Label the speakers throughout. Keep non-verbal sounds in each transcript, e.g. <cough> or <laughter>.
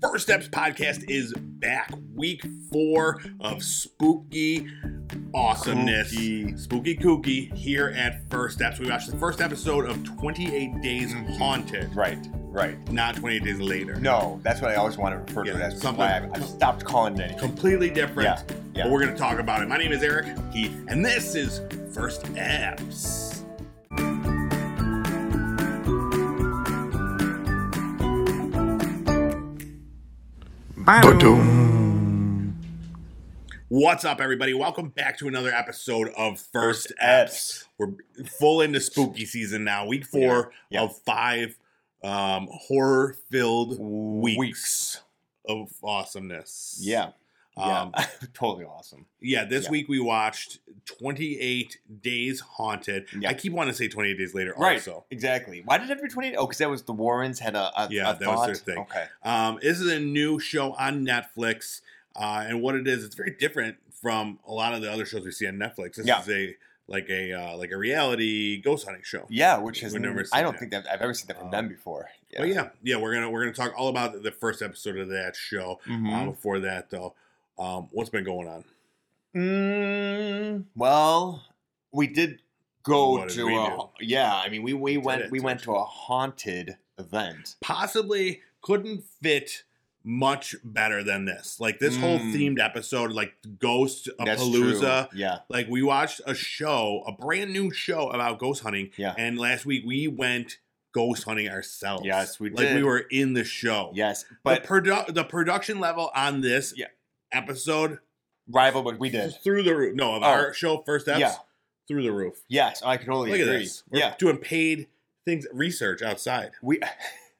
Speaker 1: First Steps Podcast is back. Week four of spooky awesomeness.
Speaker 2: Kooky.
Speaker 1: Spooky kooky here at First Steps. We watched the first episode of 28 Days Haunted,
Speaker 2: Right, right.
Speaker 1: not 28 Days Later.
Speaker 2: No, that's what I always want to refer to
Speaker 1: Yeah,
Speaker 2: it as.
Speaker 1: something-
Speaker 2: Why I've- I've stopped calling it anything.
Speaker 1: Completely different,
Speaker 2: Yeah, yeah.
Speaker 1: but we're going to talk about it. My name is Eric Heath, and this is First Steps. What's up, everybody? Welcome back to another episode of First, Eps. We're full into spooky season now. Week four
Speaker 2: Yeah, yeah.
Speaker 1: of five um, horror-filled weeks,
Speaker 2: Weeks.
Speaker 1: of awesomeness.
Speaker 2: Yeah.
Speaker 1: Um, <laughs>
Speaker 2: yeah. totally awesome.
Speaker 1: yeah, this
Speaker 2: Yeah.
Speaker 1: week we watched 28 Days Haunted.
Speaker 2: Yeah.
Speaker 1: I keep wanting to say 28 Days Later also.
Speaker 2: Exactly. Why did every 28? Oh, because that was the Warrens had a, a
Speaker 1: Yeah,
Speaker 2: a
Speaker 1: that was their
Speaker 2: thought?
Speaker 1: thing.
Speaker 2: Okay.
Speaker 1: Um, this is a new show on Netflix, uh, and what it is, it's very different from a lot of the other shows we see on Netflix. This
Speaker 2: Yeah.
Speaker 1: is a like a uh, like a reality ghost hunting show.
Speaker 2: Yeah, which has
Speaker 1: We've never
Speaker 2: I
Speaker 1: seen
Speaker 2: don't
Speaker 1: that.
Speaker 2: think that I've ever seen that from
Speaker 1: Um,
Speaker 2: them before.
Speaker 1: Yeah. But yeah, yeah, we're gonna we're gonna talk all about the first episode of that show. Uh,
Speaker 2: Mhm.
Speaker 1: before that, though, um, what's been going on?
Speaker 2: Mm, well, we did go
Speaker 1: What did
Speaker 2: to
Speaker 1: we
Speaker 2: a yeah. I mean, we we
Speaker 1: did
Speaker 2: went
Speaker 1: it,
Speaker 2: we went to a haunted event.
Speaker 1: Possibly couldn't fit much better than this. Like this whole
Speaker 2: Mm.
Speaker 1: themed episode, like Ghost a
Speaker 2: That's
Speaker 1: Palooza.
Speaker 2: true. Yeah.
Speaker 1: Like we watched a show, a brand new show about ghost hunting.
Speaker 2: Yeah.
Speaker 1: And last week we went ghost hunting ourselves.
Speaker 2: Yes, we
Speaker 1: Like we
Speaker 2: did.
Speaker 1: were in the show.
Speaker 2: Yes,
Speaker 1: But
Speaker 2: but
Speaker 1: the, produ- the production level on this
Speaker 2: Yeah.
Speaker 1: episode
Speaker 2: rival, but we did.
Speaker 1: through the roof. No, of
Speaker 2: Oh.
Speaker 1: our show first eps
Speaker 2: Yeah.
Speaker 1: through the roof.
Speaker 2: Yes, I can totally
Speaker 1: Look at
Speaker 2: agree.
Speaker 1: this. We're
Speaker 2: yeah,
Speaker 1: doing paid things research outside.
Speaker 2: we <laughs>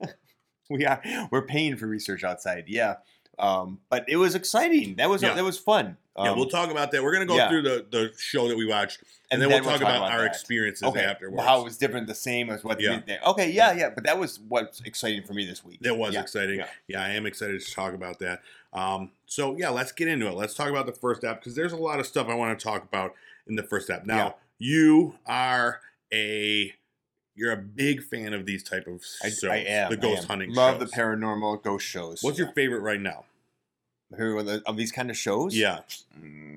Speaker 2: we are we're paying for research outside. Yeah, um, but it was exciting. That was
Speaker 1: Yeah.
Speaker 2: that was fun. Um,
Speaker 1: yeah, we'll talk about that. We're gonna go
Speaker 2: yeah.
Speaker 1: through the, the show that we watched, and, then, we'll, talk, about, our
Speaker 2: that.
Speaker 1: experiences
Speaker 2: Okay,
Speaker 1: afterwards.
Speaker 2: how it was different, the same as what
Speaker 1: Yeah.
Speaker 2: we did. Okay, yeah, yeah, but that was what's exciting for me this week.
Speaker 1: That was
Speaker 2: Yeah,
Speaker 1: exciting. Yeah.
Speaker 2: yeah.
Speaker 1: I am excited to talk about that. Um, so yeah, let's get into it. Let's talk about the first app because there's a lot of stuff I want to talk about in the first app. Now
Speaker 2: Yeah.
Speaker 1: you are a you're a big fan of these type of
Speaker 2: I,
Speaker 1: shows,
Speaker 2: I am
Speaker 1: the
Speaker 2: I
Speaker 1: ghost
Speaker 2: am.
Speaker 1: hunting.
Speaker 2: Love
Speaker 1: shows.
Speaker 2: the paranormal ghost shows.
Speaker 1: What's your favorite right now?
Speaker 2: favorite of, the- of these kind of shows?
Speaker 1: Yeah,
Speaker 2: because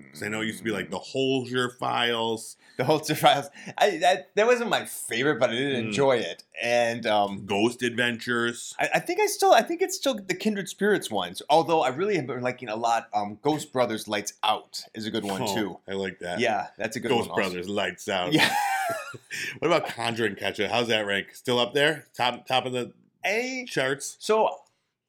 Speaker 1: because I know it used to be
Speaker 2: Mm.
Speaker 1: like the Holzer Files,
Speaker 2: the Holzer Files. I that, that wasn't my favorite, but I did
Speaker 1: Mm.
Speaker 2: enjoy it. And um,
Speaker 1: Ghost Adventures.
Speaker 2: I, I think I still I think it's still the Kindred Spirits ones. Although I really have been liking a lot. Um, Ghost Brothers Lights Out is a good one
Speaker 1: Oh,
Speaker 2: too.
Speaker 1: I like that.
Speaker 2: Yeah, that's a good
Speaker 1: Ghost
Speaker 2: one. also.
Speaker 1: Brothers, lights out.
Speaker 2: Yeah, <laughs>
Speaker 1: What about Conjuring Catcher? How's that rank? Still up there? Top top of the
Speaker 2: a
Speaker 1: charts?
Speaker 2: so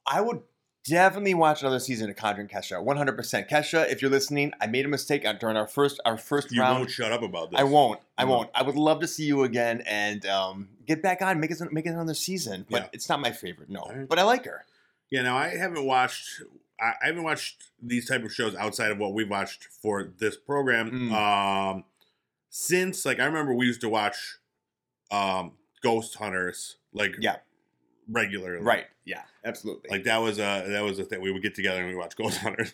Speaker 2: I would definitely watch another season of Conjuring Kesha. One hundred percent, Kesha. If you're listening, I made a mistake on- during our first our first
Speaker 1: You
Speaker 2: round.
Speaker 1: won't shut up about this.
Speaker 2: I won't. I
Speaker 1: No.
Speaker 2: won't. I would love to see you again and um, get back on, make us make it another season. But
Speaker 1: Yeah.
Speaker 2: it's not my favorite, no.
Speaker 1: All right.
Speaker 2: But I like her.
Speaker 1: Yeah, no, I haven't watched. I, I haven't watched these type of shows outside of what we watched for this program.
Speaker 2: Mm.
Speaker 1: Um, since like I remember we used to watch, um, Ghost Hunters like
Speaker 2: Yeah.
Speaker 1: regularly.
Speaker 2: Right. Yeah. Absolutely.
Speaker 1: Like that was a that was a thing we would get together and we watch Ghost
Speaker 2: <laughs>
Speaker 1: Hunters.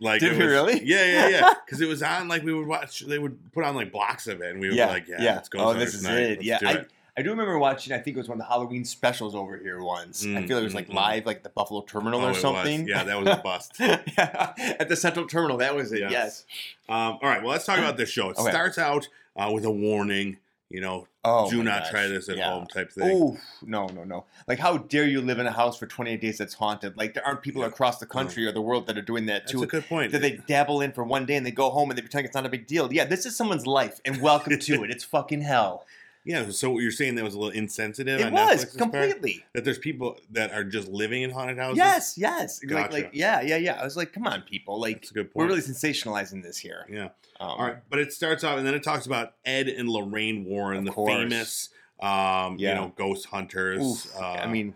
Speaker 1: Like
Speaker 2: Did
Speaker 1: it
Speaker 2: we
Speaker 1: was-
Speaker 2: really?
Speaker 1: Yeah, yeah,
Speaker 2: <laughs>
Speaker 1: yeah. Because it was on like we would watch. They would put on like blocks of it, and we would be like, yeah, it's Ghost
Speaker 2: oh,
Speaker 1: Hunters
Speaker 2: this is
Speaker 1: night.
Speaker 2: it.
Speaker 1: Let's
Speaker 2: yeah,
Speaker 1: do
Speaker 2: I,
Speaker 1: it.
Speaker 2: I do remember watching. I think it was one of the Halloween specials over here once.
Speaker 1: Mm,
Speaker 2: I feel it was like
Speaker 1: mm, mm.
Speaker 2: live, like the Buffalo Terminal
Speaker 1: Oh, it
Speaker 2: or
Speaker 1: was.
Speaker 2: something.
Speaker 1: Yeah,
Speaker 2: <laughs>
Speaker 1: that was a bust.
Speaker 2: Yeah, at the Central Terminal. That was it.
Speaker 1: Yes.
Speaker 2: Yes.
Speaker 1: Um, all right, well, let's talk about this show. It
Speaker 2: Okay.
Speaker 1: starts out uh, with a warning, you know,
Speaker 2: Oh,
Speaker 1: do
Speaker 2: my
Speaker 1: not
Speaker 2: gosh.
Speaker 1: try this at
Speaker 2: Yeah.
Speaker 1: home type thing.
Speaker 2: Oof, no, no, no. Like, how dare you live in a house for 28 days that's haunted? Like, there aren't people
Speaker 1: Yeah. Mm-hmm.
Speaker 2: across the country or the world that are doing that
Speaker 1: That's
Speaker 2: too.
Speaker 1: a good point.
Speaker 2: that they dabble in for one day and they go home and they pretend it's not a big deal. Yeah, this is someone's life, and
Speaker 1: <laughs>
Speaker 2: welcome to it. It's fucking hell.
Speaker 1: yeah, so what you're saying that was a little insensitive.
Speaker 2: It
Speaker 1: on
Speaker 2: was
Speaker 1: Netflix's part?
Speaker 2: completely.
Speaker 1: that there's people that are just living in haunted houses.
Speaker 2: Yes, yes. Like,
Speaker 1: Gotcha.
Speaker 2: like, yeah, yeah, yeah. I was like, come on, people. Like,
Speaker 1: that's a good point.
Speaker 2: we're really sensationalizing this here.
Speaker 1: Yeah.
Speaker 2: Um,
Speaker 1: all right, but it starts off, and then it talks about Ed and Lorraine Warren,
Speaker 2: Of
Speaker 1: the
Speaker 2: course.
Speaker 1: famous, um, you
Speaker 2: Yeah.
Speaker 1: know, ghost hunters.
Speaker 2: oof.
Speaker 1: uh,
Speaker 2: I mean,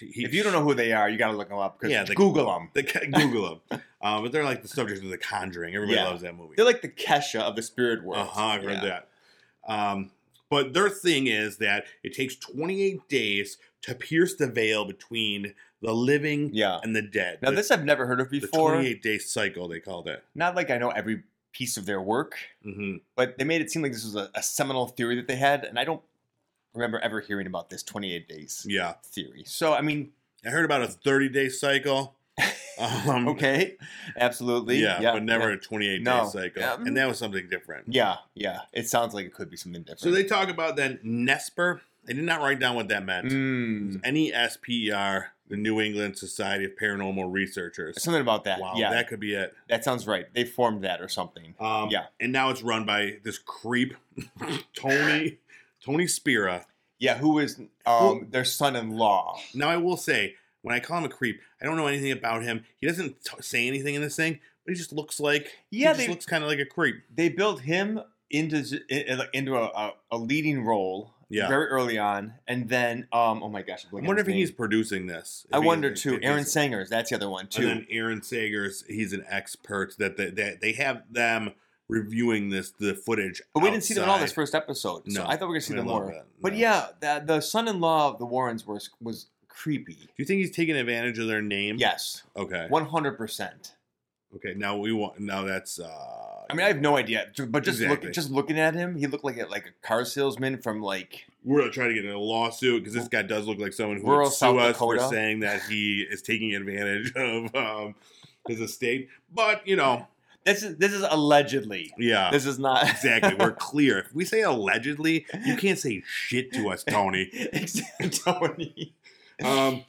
Speaker 1: he- he-
Speaker 2: if you don't know who they are, you got to look them up because
Speaker 1: Yeah, the-
Speaker 2: Google them.
Speaker 1: <laughs> they ca- Google
Speaker 2: <laughs>
Speaker 1: them, uh, but they're like the subject of The Conjuring. Everybody
Speaker 2: Yeah.
Speaker 1: loves that movie.
Speaker 2: They're like the Kesha of the spirit
Speaker 1: Uh
Speaker 2: world.
Speaker 1: huh. I've heard
Speaker 2: Yeah.
Speaker 1: that. Um, but their thing is that it takes 28 days to pierce the veil between the living
Speaker 2: Yeah.
Speaker 1: and the dead.
Speaker 2: Now
Speaker 1: the,
Speaker 2: this I've never heard of
Speaker 1: the
Speaker 2: before.
Speaker 1: 28 day cycle they call that.
Speaker 2: Not like I know every piece of their work,
Speaker 1: hmm
Speaker 2: but they made it seem like this was a, a seminal theory that they had, and I don't remember ever hearing about this 28 days
Speaker 1: Yeah.
Speaker 2: theory. So I mean,
Speaker 1: I heard about a 30 day cycle.
Speaker 2: <laughs>
Speaker 1: Um,
Speaker 2: Okay, <laughs> absolutely.
Speaker 1: Yeah, but never a 28 day
Speaker 2: No.
Speaker 1: cycle.
Speaker 2: Yeah.
Speaker 1: And that was something different.
Speaker 2: Yeah, yeah. It sounds like it could be something different.
Speaker 1: So they talk about then NESPER. I did not write down what that meant.
Speaker 2: Mm,
Speaker 1: NESPER, E the New England Society of Paranormal Researchers.
Speaker 2: something about that.
Speaker 1: Wow,
Speaker 2: yeah, that,
Speaker 1: that could be it.
Speaker 2: sounds right. They formed that or something.
Speaker 1: Um,
Speaker 2: Yeah.
Speaker 1: And now it's run by this creep, <laughs> Tony Tony Spira.
Speaker 2: Yeah, who is um
Speaker 1: Who-
Speaker 2: their son-in-law?
Speaker 1: Now I will say, when I call him a creep, I don't know anything about him. He doesn't t- say anything in this thing, but he just looks like
Speaker 2: Yeah,
Speaker 1: he just
Speaker 2: they-
Speaker 1: looks kind of like a creep.
Speaker 2: They built him into z- i- i- into a, a, a leading role
Speaker 1: Yeah.
Speaker 2: very early on, and then um oh my gosh, I'm
Speaker 1: I
Speaker 2: blanking
Speaker 1: wonder if
Speaker 2: on his
Speaker 1: he's
Speaker 2: name.
Speaker 1: producing this.
Speaker 2: I
Speaker 1: If he-
Speaker 2: wonder
Speaker 1: if-
Speaker 2: too.
Speaker 1: if
Speaker 2: Aaron
Speaker 1: he's-
Speaker 2: Sanger's that's the other one too.
Speaker 1: and then Aaron Sagers, he's an expert that they, that they have them reviewing this the footage.
Speaker 2: but we didn't see them at all this
Speaker 1: outside.
Speaker 2: first episode, so
Speaker 1: No,
Speaker 2: I thought we were gonna see
Speaker 1: I
Speaker 2: them
Speaker 1: love
Speaker 2: more.
Speaker 1: that.
Speaker 2: But
Speaker 1: No.
Speaker 2: yeah, the, the son-in-law of the Warrens was was creepy.
Speaker 1: Do you think he's taking advantage of their name?
Speaker 2: Yes,
Speaker 1: Okay.
Speaker 2: one hundred percent.
Speaker 1: Okay. Now we want. Now that's. uh
Speaker 2: I mean, I have no idea, ju- but just
Speaker 1: Exactly.
Speaker 2: look, just looking at him, he looked like a, like a car salesman from like
Speaker 1: we're gonna try to get in a lawsuit because this guy does look like someone who
Speaker 2: Rural
Speaker 1: would sue
Speaker 2: South
Speaker 1: us for
Speaker 2: Dakota.
Speaker 1: saying that he is taking advantage <laughs> of um, his estate. But you know,
Speaker 2: this is this is allegedly.
Speaker 1: yeah,
Speaker 2: This is not <laughs>
Speaker 1: exactly. We're clear. If we say allegedly, you can't say shit to us,
Speaker 2: <laughs>
Speaker 1: Tony.
Speaker 2: Exact- Tony.
Speaker 1: Um,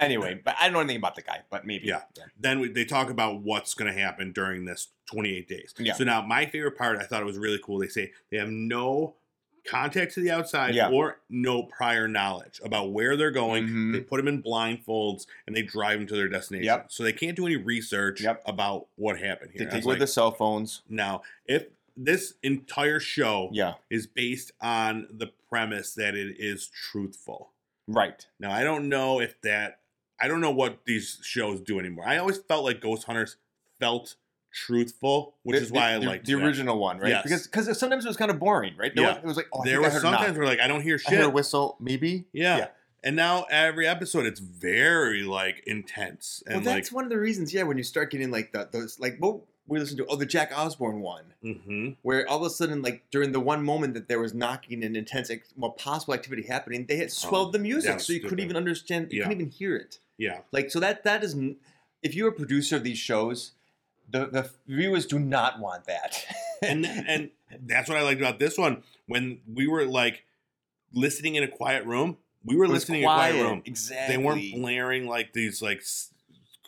Speaker 2: Anyway, but I don't know anything about the guy, but maybe
Speaker 1: Yeah. then we, they talk about what's going to happen during this 28 days.
Speaker 2: Yeah.
Speaker 1: So now my favorite part, I thought it was really cool. They say they have no contact to the outside
Speaker 2: Yeah.
Speaker 1: or no prior knowledge about where they're going.
Speaker 2: Mhm.
Speaker 1: They put them in blindfolds and they drive them to their destination.
Speaker 2: Yep.
Speaker 1: So they can't do any research
Speaker 2: Yep.
Speaker 1: about what happened
Speaker 2: They
Speaker 1: here. I
Speaker 2: take
Speaker 1: was
Speaker 2: away
Speaker 1: like,
Speaker 2: the cell phones.
Speaker 1: now, if this entire show
Speaker 2: Yeah,
Speaker 1: is based on the premise that it is truthful.
Speaker 2: right.
Speaker 1: Now, I don't know if that, I don't know what these shows do anymore. I always felt like Ghost Hunters felt truthful, which
Speaker 2: The-
Speaker 1: is why
Speaker 2: the,
Speaker 1: I
Speaker 2: the-
Speaker 1: liked
Speaker 2: the
Speaker 1: that.
Speaker 2: original one, right?
Speaker 1: Yes.
Speaker 2: Because because sometimes it was kind of boring, right? No
Speaker 1: Yeah.
Speaker 2: one- it was like oh, I
Speaker 1: There
Speaker 2: think I
Speaker 1: was
Speaker 2: heard a
Speaker 1: sometimes
Speaker 2: knock.
Speaker 1: we're like, I don't hear
Speaker 2: I heard a
Speaker 1: shit.
Speaker 2: whistle, maybe.
Speaker 1: Yeah.
Speaker 2: Yeah.
Speaker 1: And now every episode, it's very like intense and
Speaker 2: well,
Speaker 1: like,
Speaker 2: that's one of the reasons, yeah. When you start getting like the, those, like what we listened to, oh, the Jack Osborne one,
Speaker 1: mm-hmm.
Speaker 2: where all of a sudden, like during the one moment that there was knocking and intense, ex- well, possible activity happening, they had swelled the
Speaker 1: that
Speaker 2: music,
Speaker 1: was
Speaker 2: so you couldn't
Speaker 1: Oh, stupid.
Speaker 2: even understand, you
Speaker 1: Yeah.
Speaker 2: couldn't even hear it. <laughs>
Speaker 1: yeah.
Speaker 2: Like, so that that is, n- if you're a producer of these shows, the the viewers do not want that. <laughs>
Speaker 1: and and that's what I liked about this one. When we were like listening in a quiet room, we were
Speaker 2: It was
Speaker 1: listening in a quiet room.
Speaker 2: exactly.
Speaker 1: They weren't blaring like these like s-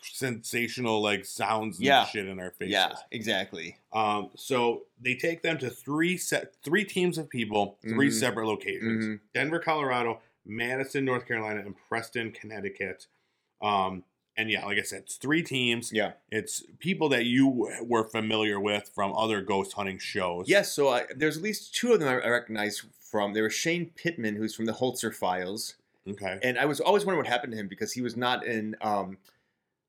Speaker 1: sensational like sounds and
Speaker 2: Yeah.
Speaker 1: shit in our faces.
Speaker 2: Yeah, exactly.
Speaker 1: Um, so they take them to three set three teams of people, 3
Speaker 2: Mhm.
Speaker 1: separate locations:
Speaker 2: Mhm.
Speaker 1: Denver, Colorado; Madison, North Carolina; and Preston, Connecticut. Um, and yeah, like I said, it's three teams.
Speaker 2: Yeah.
Speaker 1: It's people that you w- were familiar with from other ghost hunting shows.
Speaker 2: Yes, so I, there's at least two of them I I recognize from. There was Shane Pittman, who's from the Holzer Files,
Speaker 1: Okay.
Speaker 2: and I was always wondering what happened to him because he was not in um,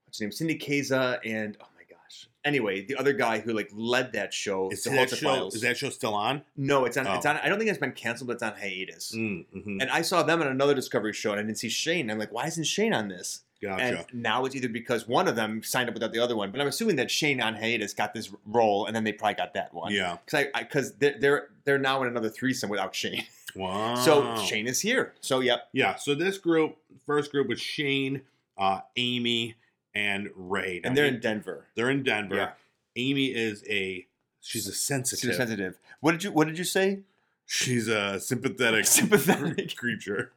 Speaker 2: what's his name, Cindy Kaza, and oh my gosh. Anyway, the other guy who like led that show,
Speaker 1: Is
Speaker 2: the
Speaker 1: that,
Speaker 2: Holzer
Speaker 1: show,
Speaker 2: Files.
Speaker 1: is that show still on?
Speaker 2: no, it's on. It's
Speaker 1: Oh.
Speaker 2: on. I don't think it's been canceled, but it's on hiatus.
Speaker 1: Mm-hmm.
Speaker 2: And I saw them on another Discovery show, and I didn't see Shane. I'm like, why isn't Shane on this?
Speaker 1: Gotcha.
Speaker 2: And now it's either because one of them signed up without the other one, but I'm assuming that Shane on hiatus got this role, and then they probably got that one.
Speaker 1: yeah.
Speaker 2: because I because they're, they're they're now in another threesome without Shane.
Speaker 1: Wow.
Speaker 2: So Shane is here. So yep,
Speaker 1: Yeah. So this group, first group was Shane, uh, Amy, and Ray. Now,
Speaker 2: and they're in Denver.
Speaker 1: they're in Denver.
Speaker 2: Yeah.
Speaker 1: Amy is a she's a
Speaker 2: Super
Speaker 1: sensitive.
Speaker 2: sensitive. What did you What did you say?
Speaker 1: She's a sympathetic
Speaker 2: <laughs>
Speaker 1: <laughs>
Speaker 2: Sympathetic.
Speaker 1: creature.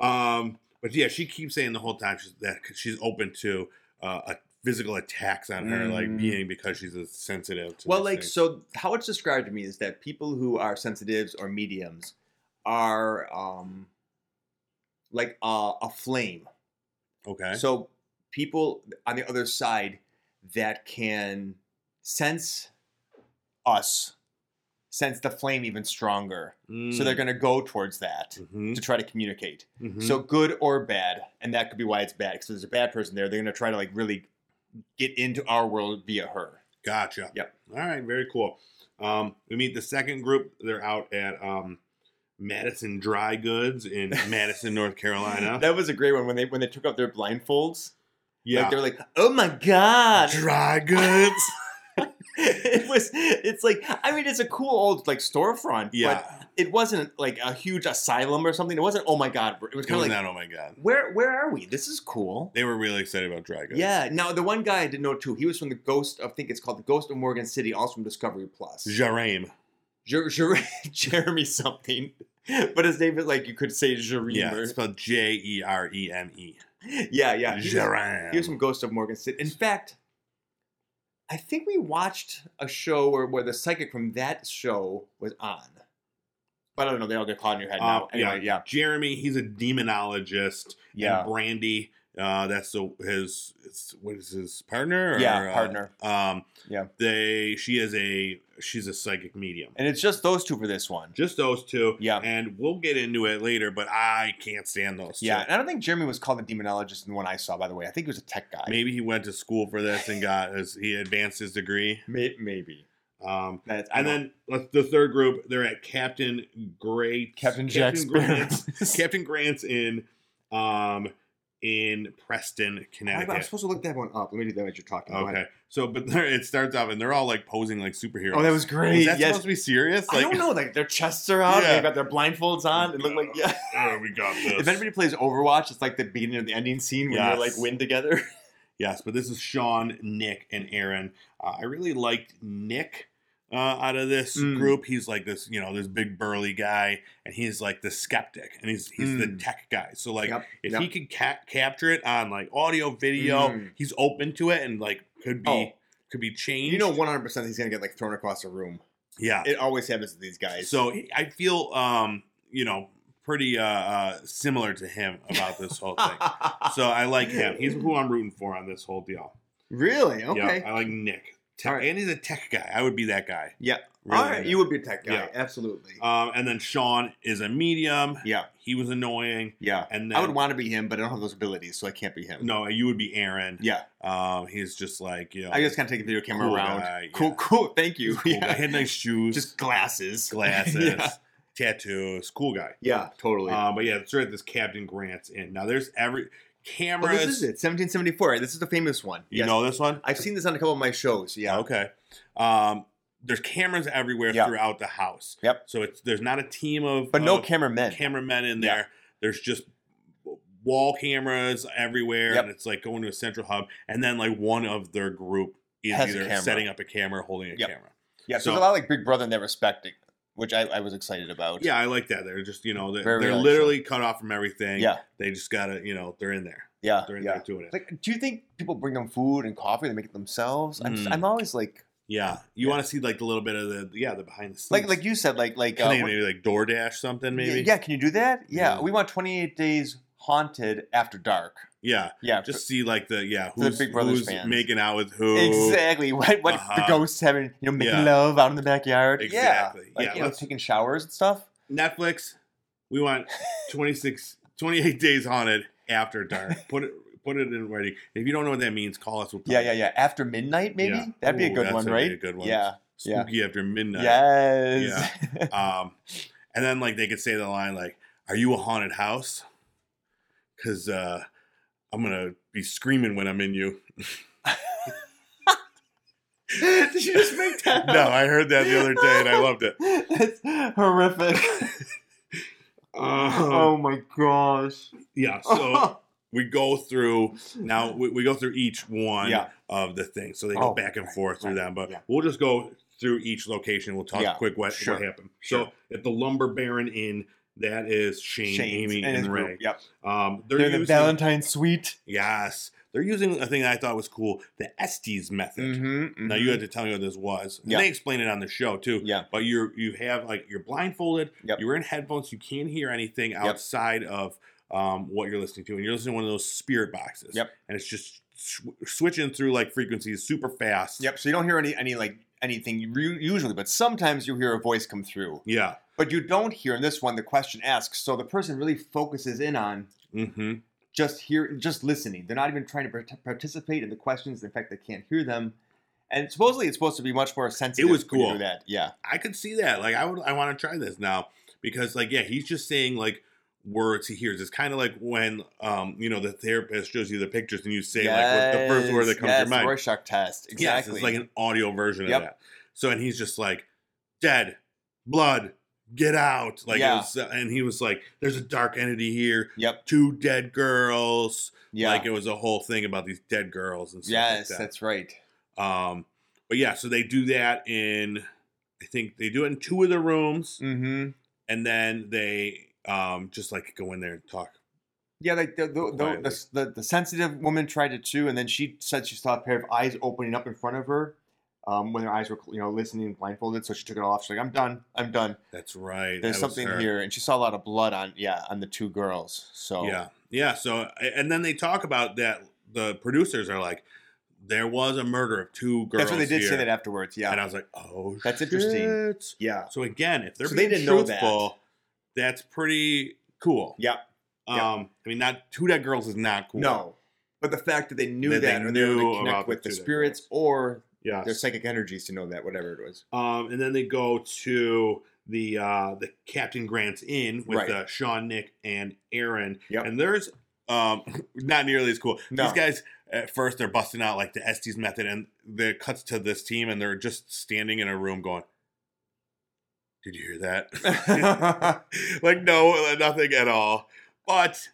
Speaker 1: Um, but yeah, she keeps saying the whole time she's, that she's open to uh, a physical attacks on her, like
Speaker 2: Mm.
Speaker 1: being because she's a sensitive. To
Speaker 2: well,
Speaker 1: these
Speaker 2: like
Speaker 1: things.
Speaker 2: so, how it's described to me is that people who are sensitives or mediums are um like uh, a flame.
Speaker 1: okay,
Speaker 2: So people on the other side that can sense us sense the flame even stronger.
Speaker 1: Mm.
Speaker 2: So they're going to go towards that.
Speaker 1: hmm
Speaker 2: to try to communicate.
Speaker 1: Mm-hmm.
Speaker 2: So good or bad, and that could be why it's bad. Because there's a bad person there, they're gonna try to like really get into our world via her.
Speaker 1: Gotcha.
Speaker 2: Yep.
Speaker 1: All right. Very cool. Um, we meet the second group. They're out at um, Madison Dry Goods
Speaker 2: <laughs>
Speaker 1: in Madison, North Carolina.
Speaker 2: That was a great one when they when they took out their blindfolds.
Speaker 1: yeah. <laughs>
Speaker 2: Like they were like, oh my god.
Speaker 1: Dry Goods.
Speaker 2: <laughs> it was. It's like I mean, it's a cool old like storefront.
Speaker 1: Yeah,
Speaker 2: But it wasn't like a huge asylum or something. It wasn't. Oh my god! It was
Speaker 1: it
Speaker 2: kind
Speaker 1: was
Speaker 2: of like
Speaker 1: not. Oh my god,
Speaker 2: where where are we? This is cool.
Speaker 1: they were really excited about Dry Goods.
Speaker 2: Yeah. Now the one guy I didn't know too. He was from the Ghost. of- I think it's called the Ghost of Morgan City, also from Discovery Plus.
Speaker 1: Jarame.
Speaker 2: Jer- Jer- <laughs> Jeremy something, but his name is like you could say Jeremy.
Speaker 1: Yeah, it's spelled J E R E M E.
Speaker 2: yeah, yeah. He was-
Speaker 1: Jarame.
Speaker 2: Here's some Ghost of Morgan City. In fact, I think we watched a show where, where the psychic from that show was on. But I don't know. They all get caught in your head now.
Speaker 1: Uh, yeah.
Speaker 2: Anyway, yeah,
Speaker 1: Jeremy. He's a demonologist.
Speaker 2: yeah,
Speaker 1: And Brandy. Uh, that's the, his, his what is his partner? Or,
Speaker 2: yeah.
Speaker 1: uh,
Speaker 2: partner.
Speaker 1: Um,
Speaker 2: Yeah.
Speaker 1: They. She is a. She's a psychic medium.
Speaker 2: And it's just those two for this one.
Speaker 1: Just those two.
Speaker 2: Yeah.
Speaker 1: And we'll get into it later, but I can't stand those.
Speaker 2: Yeah,
Speaker 1: Two.
Speaker 2: and I don't think Jeremy was called a demonologist in the one I saw. By the way, I think he was a tech guy.
Speaker 1: Maybe he went to school for this and got his, he advanced his degree.
Speaker 2: May- maybe.
Speaker 1: Um,
Speaker 2: That's, I
Speaker 1: and
Speaker 2: don't-
Speaker 1: then let's- the third group, they're at Captain Great
Speaker 2: Captain Jack Sparrow.
Speaker 1: Grant's, <laughs> Captain Grant's in um in Preston,
Speaker 2: I am
Speaker 1: Connecticut.
Speaker 2: supposed to look that one up. Let me do that as you're talking. Go ahead.
Speaker 1: Okay, so but there- it starts off and they're all like posing like superheroes.
Speaker 2: Oh, that was great.
Speaker 1: Is that
Speaker 2: yes.
Speaker 1: supposed to be serious? Like,
Speaker 2: I don't know. Like their chests are out.
Speaker 1: Yeah.
Speaker 2: They've got their blindfolds on. It looked like yeah.
Speaker 1: <laughs>
Speaker 2: <laughs>
Speaker 1: oh, we got this.
Speaker 2: If anybody plays Overwatch, it's like the beginning of the ending scene when
Speaker 1: Yes.
Speaker 2: you're like win together. <laughs>
Speaker 1: Yes, but this is Sean, Nick, and Aaron. Uh, I really liked Nick uh, out of this
Speaker 2: Mm.
Speaker 1: group. He's like this, you know, this big burly guy, and he's like the skeptic, and he's he's the
Speaker 2: Mm.
Speaker 1: tech guy. So like,
Speaker 2: Yep,
Speaker 1: if
Speaker 2: yep.
Speaker 1: he could ca- capture it on like audio, video,
Speaker 2: Mm.
Speaker 1: he's open to it, and like could be
Speaker 2: Oh.
Speaker 1: could be changed.
Speaker 2: you know, 100 percent he's gonna get like thrown across a room.
Speaker 1: yeah.
Speaker 2: It always happens to these guys. <laughs>
Speaker 1: So I feel, um, you know, pretty uh, uh similar to him about this whole
Speaker 2: <laughs>
Speaker 1: thing. so I like him. He's who I'm rooting for on this whole deal.
Speaker 2: really okay.
Speaker 1: Yeah, I like Nick. Tech,
Speaker 2: All right.
Speaker 1: And he's a tech guy. I would be that guy.
Speaker 2: Yeah.
Speaker 1: Really.
Speaker 2: All right, you would be a tech guy,
Speaker 1: Yeah.
Speaker 2: absolutely.
Speaker 1: um, and then Sean is a medium.
Speaker 2: yeah,
Speaker 1: He was annoying.
Speaker 2: yeah.
Speaker 1: And then
Speaker 2: I would want to be him, but I don't have those abilities, so I can't be him.
Speaker 1: no, you would be Aaron.
Speaker 2: Yeah,
Speaker 1: Um, he's just like you know.
Speaker 2: I just kind of take a video camera
Speaker 1: Cool
Speaker 2: around.
Speaker 1: guy,
Speaker 2: Cool,
Speaker 1: yeah.
Speaker 2: cool. Thank you. <laughs>
Speaker 1: he's a cool
Speaker 2: yeah.
Speaker 1: guy. He had nice shoes,
Speaker 2: Just <laughs> glasses.
Speaker 1: glasses,
Speaker 2: yeah.
Speaker 1: tattoos. Cool guy.
Speaker 2: yeah, totally.
Speaker 1: Um, but yeah, sort of this Captain Grant's in. Now there's every
Speaker 2: Oh,
Speaker 1: cameras.
Speaker 2: this is it. 1774. right? This is the famous one.
Speaker 1: You
Speaker 2: Yes.
Speaker 1: know this one? Oh,
Speaker 2: I've seen this on a couple of my shows. Yeah.
Speaker 1: Okay. Um, there's cameras everywhere
Speaker 2: Yeah.
Speaker 1: throughout the house.
Speaker 2: Yep.
Speaker 1: So it's there's not a team of
Speaker 2: But no
Speaker 1: of
Speaker 2: cameramen.
Speaker 1: cameramen in
Speaker 2: Yeah.
Speaker 1: there. There's just wall cameras everywhere,
Speaker 2: Yep.
Speaker 1: and it's like going to a central hub. And then like one of their group is
Speaker 2: Has a
Speaker 1: either
Speaker 2: camera.
Speaker 1: setting up a camera, or holding a
Speaker 2: Yep.
Speaker 1: camera.
Speaker 2: yeah, so,
Speaker 1: so-
Speaker 2: there's a lot like Big Brother in that respecting, which I, I was excited about.
Speaker 1: Yeah, I like that. They're just you know they're,
Speaker 2: Very
Speaker 1: they're
Speaker 2: relaxing.
Speaker 1: literally cut off from everything.
Speaker 2: Yeah.
Speaker 1: They just gotta you know they're in there.
Speaker 2: Yeah.
Speaker 1: They're in
Speaker 2: yeah.
Speaker 1: there doing it.
Speaker 2: Like, do you think people bring them food and coffee? They make it themselves. I'm,
Speaker 1: Mm.
Speaker 2: I'm always like,
Speaker 1: Yeah. You
Speaker 2: Yeah.
Speaker 1: want to see like the little bit of the yeah the behind the scenes.
Speaker 2: like, like you said, like, like,
Speaker 1: I think
Speaker 2: what-
Speaker 1: maybe like DoorDash something maybe.
Speaker 2: yeah. Can you do that? Yeah,
Speaker 1: Yeah.
Speaker 2: we want 28 days haunted after dark.
Speaker 1: Yeah.
Speaker 2: Yeah,
Speaker 1: Just see like the yeah
Speaker 2: The
Speaker 1: who's,
Speaker 2: Big Brothers
Speaker 1: who's
Speaker 2: fans.
Speaker 1: making out with who.
Speaker 2: exactly. What what the
Speaker 1: Uh-huh.
Speaker 2: ghosts having you know making
Speaker 1: Yeah.
Speaker 2: love out in the backyard?
Speaker 1: Exactly.
Speaker 2: Yeah, like
Speaker 1: Yeah,
Speaker 2: you know,
Speaker 1: let's-
Speaker 2: taking showers and stuff.
Speaker 1: Netflix, we want
Speaker 2: <laughs>
Speaker 1: 26, 28 days haunted after dark. Put it put it in writing. If you don't know what that means, call us. We'll tell
Speaker 2: Yeah,
Speaker 1: you.
Speaker 2: yeah, yeah. After midnight, maybe
Speaker 1: Yeah.
Speaker 2: that'd be a
Speaker 1: Ooh,
Speaker 2: good
Speaker 1: that's
Speaker 2: one,
Speaker 1: a
Speaker 2: right?
Speaker 1: really good one.
Speaker 2: Yeah. yeah.
Speaker 1: Spooky after midnight.
Speaker 2: Yes.
Speaker 1: Um, and then like they could say the line like, "Are you a haunted house?" Because uh, I'm gonna be screaming when I'm in you.
Speaker 2: <laughs> <laughs> Did you just make
Speaker 1: <laughs>
Speaker 2: that?
Speaker 1: No, I heard that the other day and I loved
Speaker 2: <laughs>
Speaker 1: it.
Speaker 2: up? That's
Speaker 1: <laughs>
Speaker 2: horrific.
Speaker 1: Um,
Speaker 2: oh my gosh.
Speaker 1: yeah.
Speaker 2: <laughs>
Speaker 1: So
Speaker 2: Oh.
Speaker 1: we go through now. We, we go through each one.
Speaker 2: yeah,
Speaker 1: of the thing. So they go
Speaker 2: Oh,
Speaker 1: back and
Speaker 2: right,
Speaker 1: forth through
Speaker 2: right,
Speaker 1: them. But
Speaker 2: yeah.
Speaker 1: we'll just go through each location. We'll talk
Speaker 2: Yeah,
Speaker 1: quick what,
Speaker 2: sure,
Speaker 1: what happened. So
Speaker 2: sure.
Speaker 1: at the Lumber Baron Inn, that is Shane,
Speaker 2: Shane's
Speaker 1: Amy,
Speaker 2: his
Speaker 1: and
Speaker 2: group,
Speaker 1: Ray.
Speaker 2: Yep.
Speaker 1: Um, they're,
Speaker 2: They're in
Speaker 1: using
Speaker 2: the Valentine suite.
Speaker 1: yes, they're using a thing that I thought was cool, the Estes method.
Speaker 2: Mm-hmm,
Speaker 1: Now you had to tell me what this was. And
Speaker 2: Yeah.
Speaker 1: They explained it on the show too.
Speaker 2: Yeah.
Speaker 1: But you're you have like you're blindfolded.
Speaker 2: Yep.
Speaker 1: You're in headphones. You can't hear anything outside of um, what you're listening to, and you're listening to one of those spirit boxes.
Speaker 2: Yep.
Speaker 1: And it's just sw- switching through like frequencies super fast.
Speaker 2: Yep. So you don't hear any any like anything u- usually, but sometimes you hear a voice come through.
Speaker 1: Yeah.
Speaker 2: But you don't hear in this one. The question asks, so the person really focuses in on
Speaker 1: Mm-hmm.
Speaker 2: just hear just listening. They're not even trying to part- participate in the questions. In fact, they can't hear them. And supposedly, it's supposed to be much more sensitive.
Speaker 1: It was
Speaker 2: when you
Speaker 1: cool.
Speaker 2: do that, yeah,
Speaker 1: I could see that. Like I would I want to try this now because like yeah, he's just saying like words he hears. It's kind of like when um, you know the therapist shows you the pictures and you say like what the first word that comes
Speaker 2: yes,
Speaker 1: to your mind.
Speaker 2: Rorschach test. Exactly.
Speaker 1: Yes, it's like an audio version
Speaker 2: Yep.
Speaker 1: of that. So and he's just like dead, blood, get out. Like it
Speaker 2: Yeah.
Speaker 1: was, uh, and he was like, "There's a dark entity here.
Speaker 2: yep.
Speaker 1: Two dead girls.
Speaker 2: Yeah.
Speaker 1: Like it was a whole thing about these dead girls and stuff
Speaker 2: yes,
Speaker 1: like that.
Speaker 2: that's right.
Speaker 1: Um, but yeah, so they do that in. I think they do it in two of the rooms,
Speaker 2: Mm-hmm.
Speaker 1: and then they um just like go in there and talk.
Speaker 2: Yeah, like the the,
Speaker 1: Quietly.
Speaker 2: the, the, the, the sensitive woman tried it too, and then she said she saw a pair of eyes opening up in front of her um, when her eyes were, you know, listening blindfolded. So she took it all off. She's like, "I'm done. I'm done.
Speaker 1: That's right.
Speaker 2: There's
Speaker 1: that was
Speaker 2: something
Speaker 1: her.
Speaker 2: here." And she saw a lot of blood on, yeah, on the two girls. So
Speaker 1: Yeah, yeah. So and then they talk about that. The producers are like, there was a murder of two girls.
Speaker 2: that's what they did say
Speaker 1: here."
Speaker 2: that afterwards.
Speaker 1: And
Speaker 2: Yeah,
Speaker 1: I was like, oh,
Speaker 2: That's interesting.
Speaker 1: shit.
Speaker 2: yeah,
Speaker 1: So again, if they're
Speaker 2: So they
Speaker 1: being
Speaker 2: didn't know that.
Speaker 1: truthful, that's pretty cool.
Speaker 2: yeah. Yeah.
Speaker 1: Um, I mean, not two dead girls is not cool.
Speaker 2: No, but the fact that they knew
Speaker 1: That
Speaker 2: that,
Speaker 1: they
Speaker 2: or they were
Speaker 1: knew
Speaker 2: able to
Speaker 1: about
Speaker 2: connect
Speaker 1: the
Speaker 2: with the
Speaker 1: two different
Speaker 2: spirits
Speaker 1: worlds.
Speaker 2: or
Speaker 1: Yeah.
Speaker 2: their psychic energies to know that, whatever it was.
Speaker 1: Um, and then they go to the uh, the Captain Grant's Inn with
Speaker 2: Right.
Speaker 1: uh, Sean, Nick, and Aaron.
Speaker 2: Yep.
Speaker 1: And there's um, <laughs> not nearly as cool.
Speaker 2: No.
Speaker 1: These guys at first they're busting out like the Estes method, and the cuts to this team, and they're just standing in a room going, "Did you hear that?"
Speaker 2: <laughs>
Speaker 1: like no, nothing at all. But